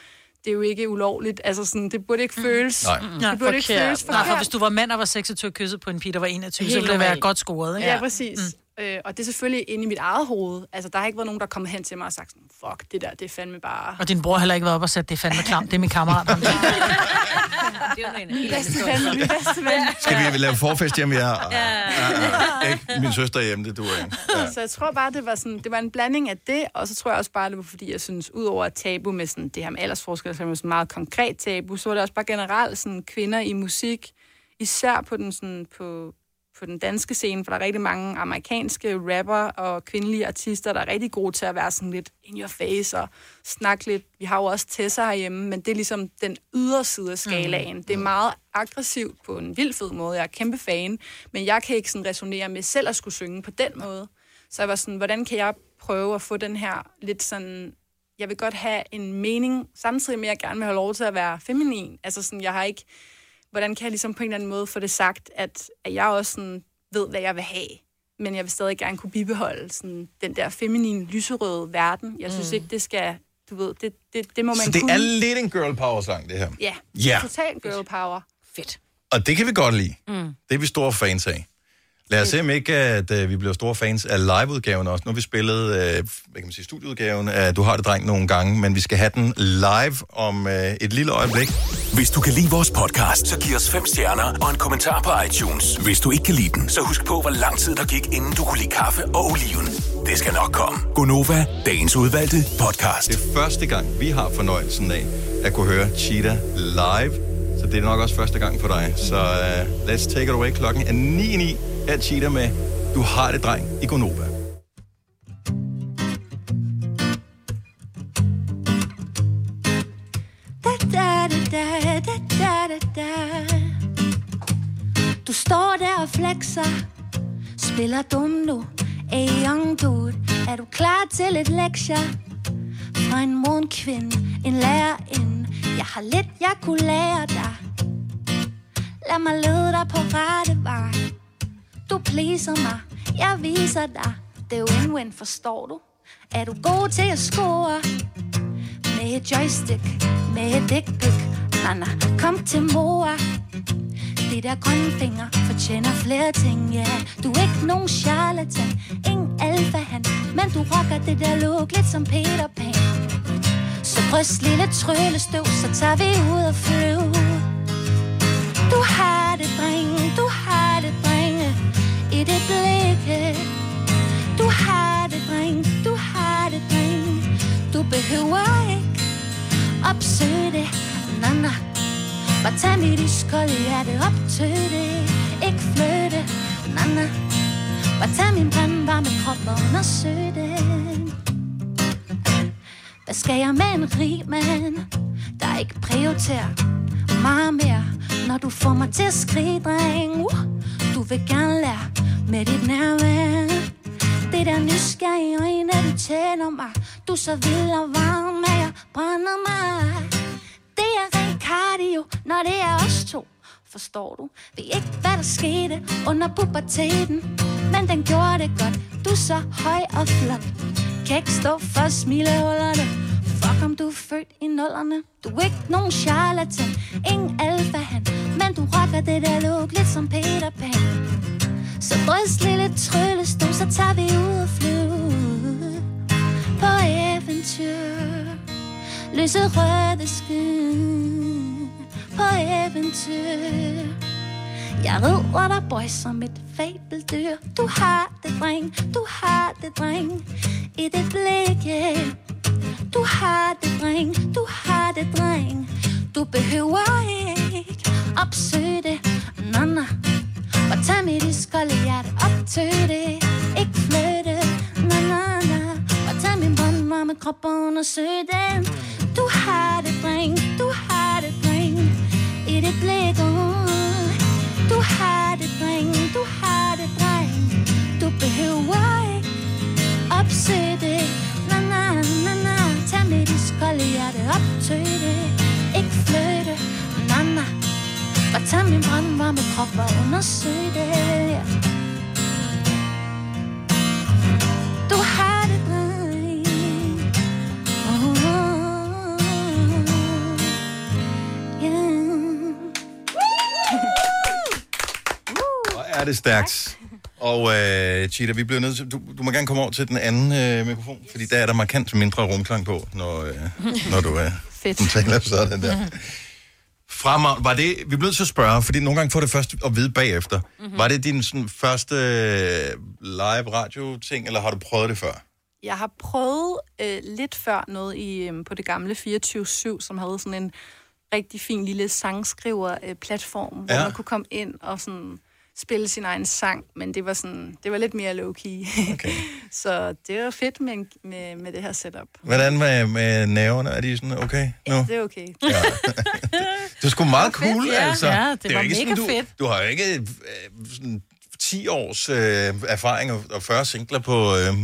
det er jo ikke ulovligt. Altså sådan, det burde ikke føles.
Nej.
Det
Nej,
Mm. burde forkert. ikke føles
Nej,
forkert.
for hvis du var mand og var 26 og kysset på en pige, der var 21, så
Helt
ville det være
normalt.
godt scoret, ikke?
Ja, præcis. Mm. Øh, og det er selvfølgelig inde i mit eget hoved. Altså, der har ikke været nogen, der er kommet hen til mig og sagt, sådan, fuck, det der, det er fandme bare...
Og din bror har heller ikke været op og sat, det er fandme klamt, det er min kammerat. ham der."
Det er jo en
Min bedste ven, min bedste ven.
Skal vi lave forfest hjemme? Ja,
Ja.
ikke? Min søster er hjemme, det du ikke.
Så jeg tror bare, det var, sådan, det var en blanding af det, og så tror jeg også bare, det var fordi, jeg synes, udover at tabu med sådan, det her med aldersforskel, som er sådan meget konkret tabu, så var det også bare generelt sådan, kvinder i musik, især på den, sådan, på, på den danske scene, for der er rigtig mange amerikanske rapper og kvindelige artister, der er rigtig gode til at være sådan lidt in your face og snakke lidt. Vi har jo også Tessa herhjemme, men det er ligesom den ydre side af skalaen. Det er meget aggressivt på en vild fed måde. Jeg er kæmpe fan, men jeg kan ikke sådan resonere med selv at skulle synge på den måde. Så jeg var sådan, hvordan kan jeg prøve at få den her lidt sådan... Jeg vil godt have en mening, samtidig med, at jeg gerne vil have lov til at være feminin. Altså sådan, jeg har ikke... Hvordan kan jeg ligesom på en eller anden måde få det sagt, at, at jeg også sådan ved, hvad jeg vil have, men jeg vil stadig gerne kunne bibeholde sådan, den der feminine, lyserøde verden. Jeg synes
Mm.
mm. ikke, det skal... Du ved, det, det, det må man
Så det
kunne.
er lidt en girl power-sang, det her.
Ja,
Ja.
total girl power.
Fedt.
Og det kan vi godt lide.
Mm.
Det er vi store fans af. Lad os se, om ikke at, øh, vi bliver store fans af liveudgaven også. Nu har vi spillet øh, hvad kan man sige, studieudgaven af Du har det, dreng, nogle gange, men vi skal have den live om øh, et lille øjeblik.
Hvis du kan lide vores podcast, så giv os fem stjerner og en kommentar på iTunes. Hvis du ikke kan lide den, så husk på, hvor lang tid der gik, inden du kunne lide kaffe og oliven. Det skal nok komme.
Gonova, dagens udvalgte podcast. Det er første gang, vi har fornøjelsen af at kunne høre Cheetah live. Så det er nok også første gang for dig. Så uh, let's take it away. Klokken er 9.09 her er Cheetah med Du har det, dreng, i Gonova.
Da-da-da-da-da-da-da. Du står der og flexer, spiller dum nu, ey young dude. Er du klar til et lektier fra en morgenkvinde, en lærerinde? Jeg har lidt, jeg kunne lære dig. Lad mig lede dig på rette vej. Du pleaser mig, jeg viser dig. Det er jo win-win, forstår du? Er du god til at score? Med et joystick, med et dickpick. Nej, nej, kom til mor. Det der grønne finger fortjener flere ting, ja. Yeah. Du er ikke nogen charlatan, ingen alfa han. Men du rocker det der look lidt som Peter Pan. Så bryst lille tryllestøv, så tager vi ud og flyve. Du har det, dreng, du har det, drenge, i det blikke. Du har det, dreng, du har det, dreng, du behøver ikke opsøge det. Nej, nej, bare tag mit iskolde hjerte op til det. Ikke flytte, nej, nej. Bare tag min brandvarme krop og undersøg det. Hvad skal jeg med en rig mand, der ikke prioriterer meget mere? Når du får mig til at skrige, dreng, uh, du vil gerne lære med dit nærvær. Det der nysgerrige øjne, du tænder mig. Du er så vild og varm, at jeg brænder mig. Det er ren cardio, når det er os to. Forstår du? Ved ikke, hvad der skete under puberteten. Men den gjorde det godt. Du er så høj og flot. Kan ikke stå for smilehullerne. Fuck om du er født i nullerne. Du er ikke nogen charlatan. Ingen alfa han. Men du rocker det der look lidt som Peter Pan. Så bryst lille tryllestol, så tager vi ud og flyve på eventyr. Lyse røde skyen på eventyr. Jeg rider dig, boy, som et fabeldyr. Du har det, dreng, du har det, dreng, i det blik, yeah. Du har det, dreng, du har det, dreng. Du behøver ikke opsøge det, nå, nå. Og tag mit iskolde hjerte op til det, ikke flytte, na na na. Og tag min brandvarme krop og undersøg den. Du har det, dreng, du har det, dreng, i det blik, uh. Du har det, dreng, du har det, dreng, du behøver ikke opsøge det. Na na na na, tag mit iskolde hjerte op til det, ikke flytte, na na. Og tag min brandvarme krop og undersøg det Du har det dreng uh,
Og er det stærkt. Og øh, Cheetah, vi bliver nødt til, du, du må gerne komme over til den anden øh, mikrofon, fordi der er der markant mindre rumklang på, når, øh, når du øh,
Fedt.
taler sådan der. Fremad, var det, vi bliver nødt til at spørge, fordi nogle gange får det først at vide bagefter.
Mhm.
Mm-hmm. Var det din sådan, første øh, live radio-ting, eller har du prøvet det før?
Jeg har prøvet øh, lidt før noget i, øh, på det gamle 24-7, som havde sådan en rigtig fin lille sangskriver-platform, øh, ja.
Ja.
hvor man kunne komme ind og sådan spille sin egen sang, men det var sådan, det var lidt mere low-key. Okay. så det var fedt med, en- med, med det her setup.
Hvordan med, med nerverne? Er de sådan okay nu?
Ja, det er okay.
Ja. Det er sgu meget
Det var fedt,
cool,
ja.
altså.
Ja, det
er jo
var
ikke sådan,
mega
du,
fedt.
Du har jo ikke øh, sådan 10 års øh, erfaring og, og 40 singler på, øh,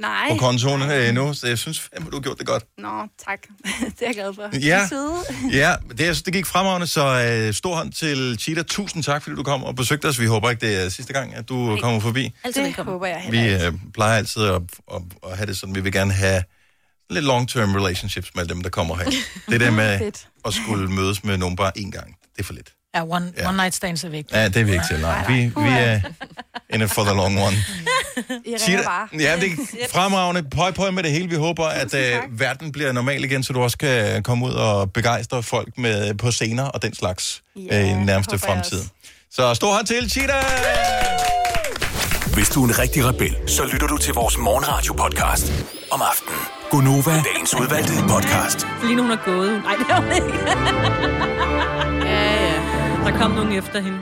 Nej.
på kontoen øh, endnu, så jeg synes fandme, du har gjort det godt.
Nå, tak. det er jeg glad for.
Ja.
Søde.
Ja, det, jeg synes, det gik fremragende, så øh, stor hånd til Cheetah. Tusind tak, fordi du kom og besøgte os. Vi håber ikke, det er sidste gang, at du Nej. kommer forbi.
Altid Altså, det velkommen. håber jeg heller
Vi
ikke.
øh, plejer altid at, at, at have det sådan, vi vil gerne have lidt long-term relationships med alle dem, der kommer her. Det der med
Fedt.
at skulle mødes med nogen bare én gang, det er for lidt.
Ja, one, ja. one night stands er vigtigt.
Ja, det er vi ikke til. Nej. Vi, vi er in it for the long
I
one. Sig
ringer
det-
bare.
Ja, det er fremragende. Pøj, pøj med det hele. Vi håber, at uh, verden bliver normal igen, så du også kan komme ud og begejstre folk med på scener og den slags ja, øh, i den nærmeste
håber jeg også.
fremtid. Så stor hånd til, Chita!
Hvis du er en rigtig rebel, så lytter du til vores morgenradio-podcast om aftenen. Gunova, dagens udvalgte podcast.
Lige nu hun er gået. Nej, det er hun ikke. ja, ja. Der kom nogen efter hende.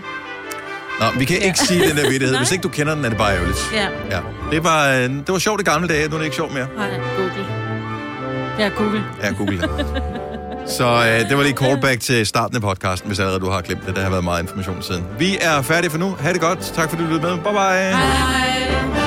Nå, vi kan ikke
Ja.
sige den der vittighed.
Nej.
Hvis ikke du kender den, er det bare ærgerligt.
Ja.
Ja. Det var, øh, det var sjovt i gamle dage. Nu er det ikke sjovt mere.
Nej, Google. Ja, Google.
Ja, Google det. Så øh, det var lige callback til starten af podcasten, hvis allerede du har glemt det. Der har været meget information siden. Vi er færdige for nu. Ha' det godt. Tak fordi du lyttede med. Bye bye.
Hej.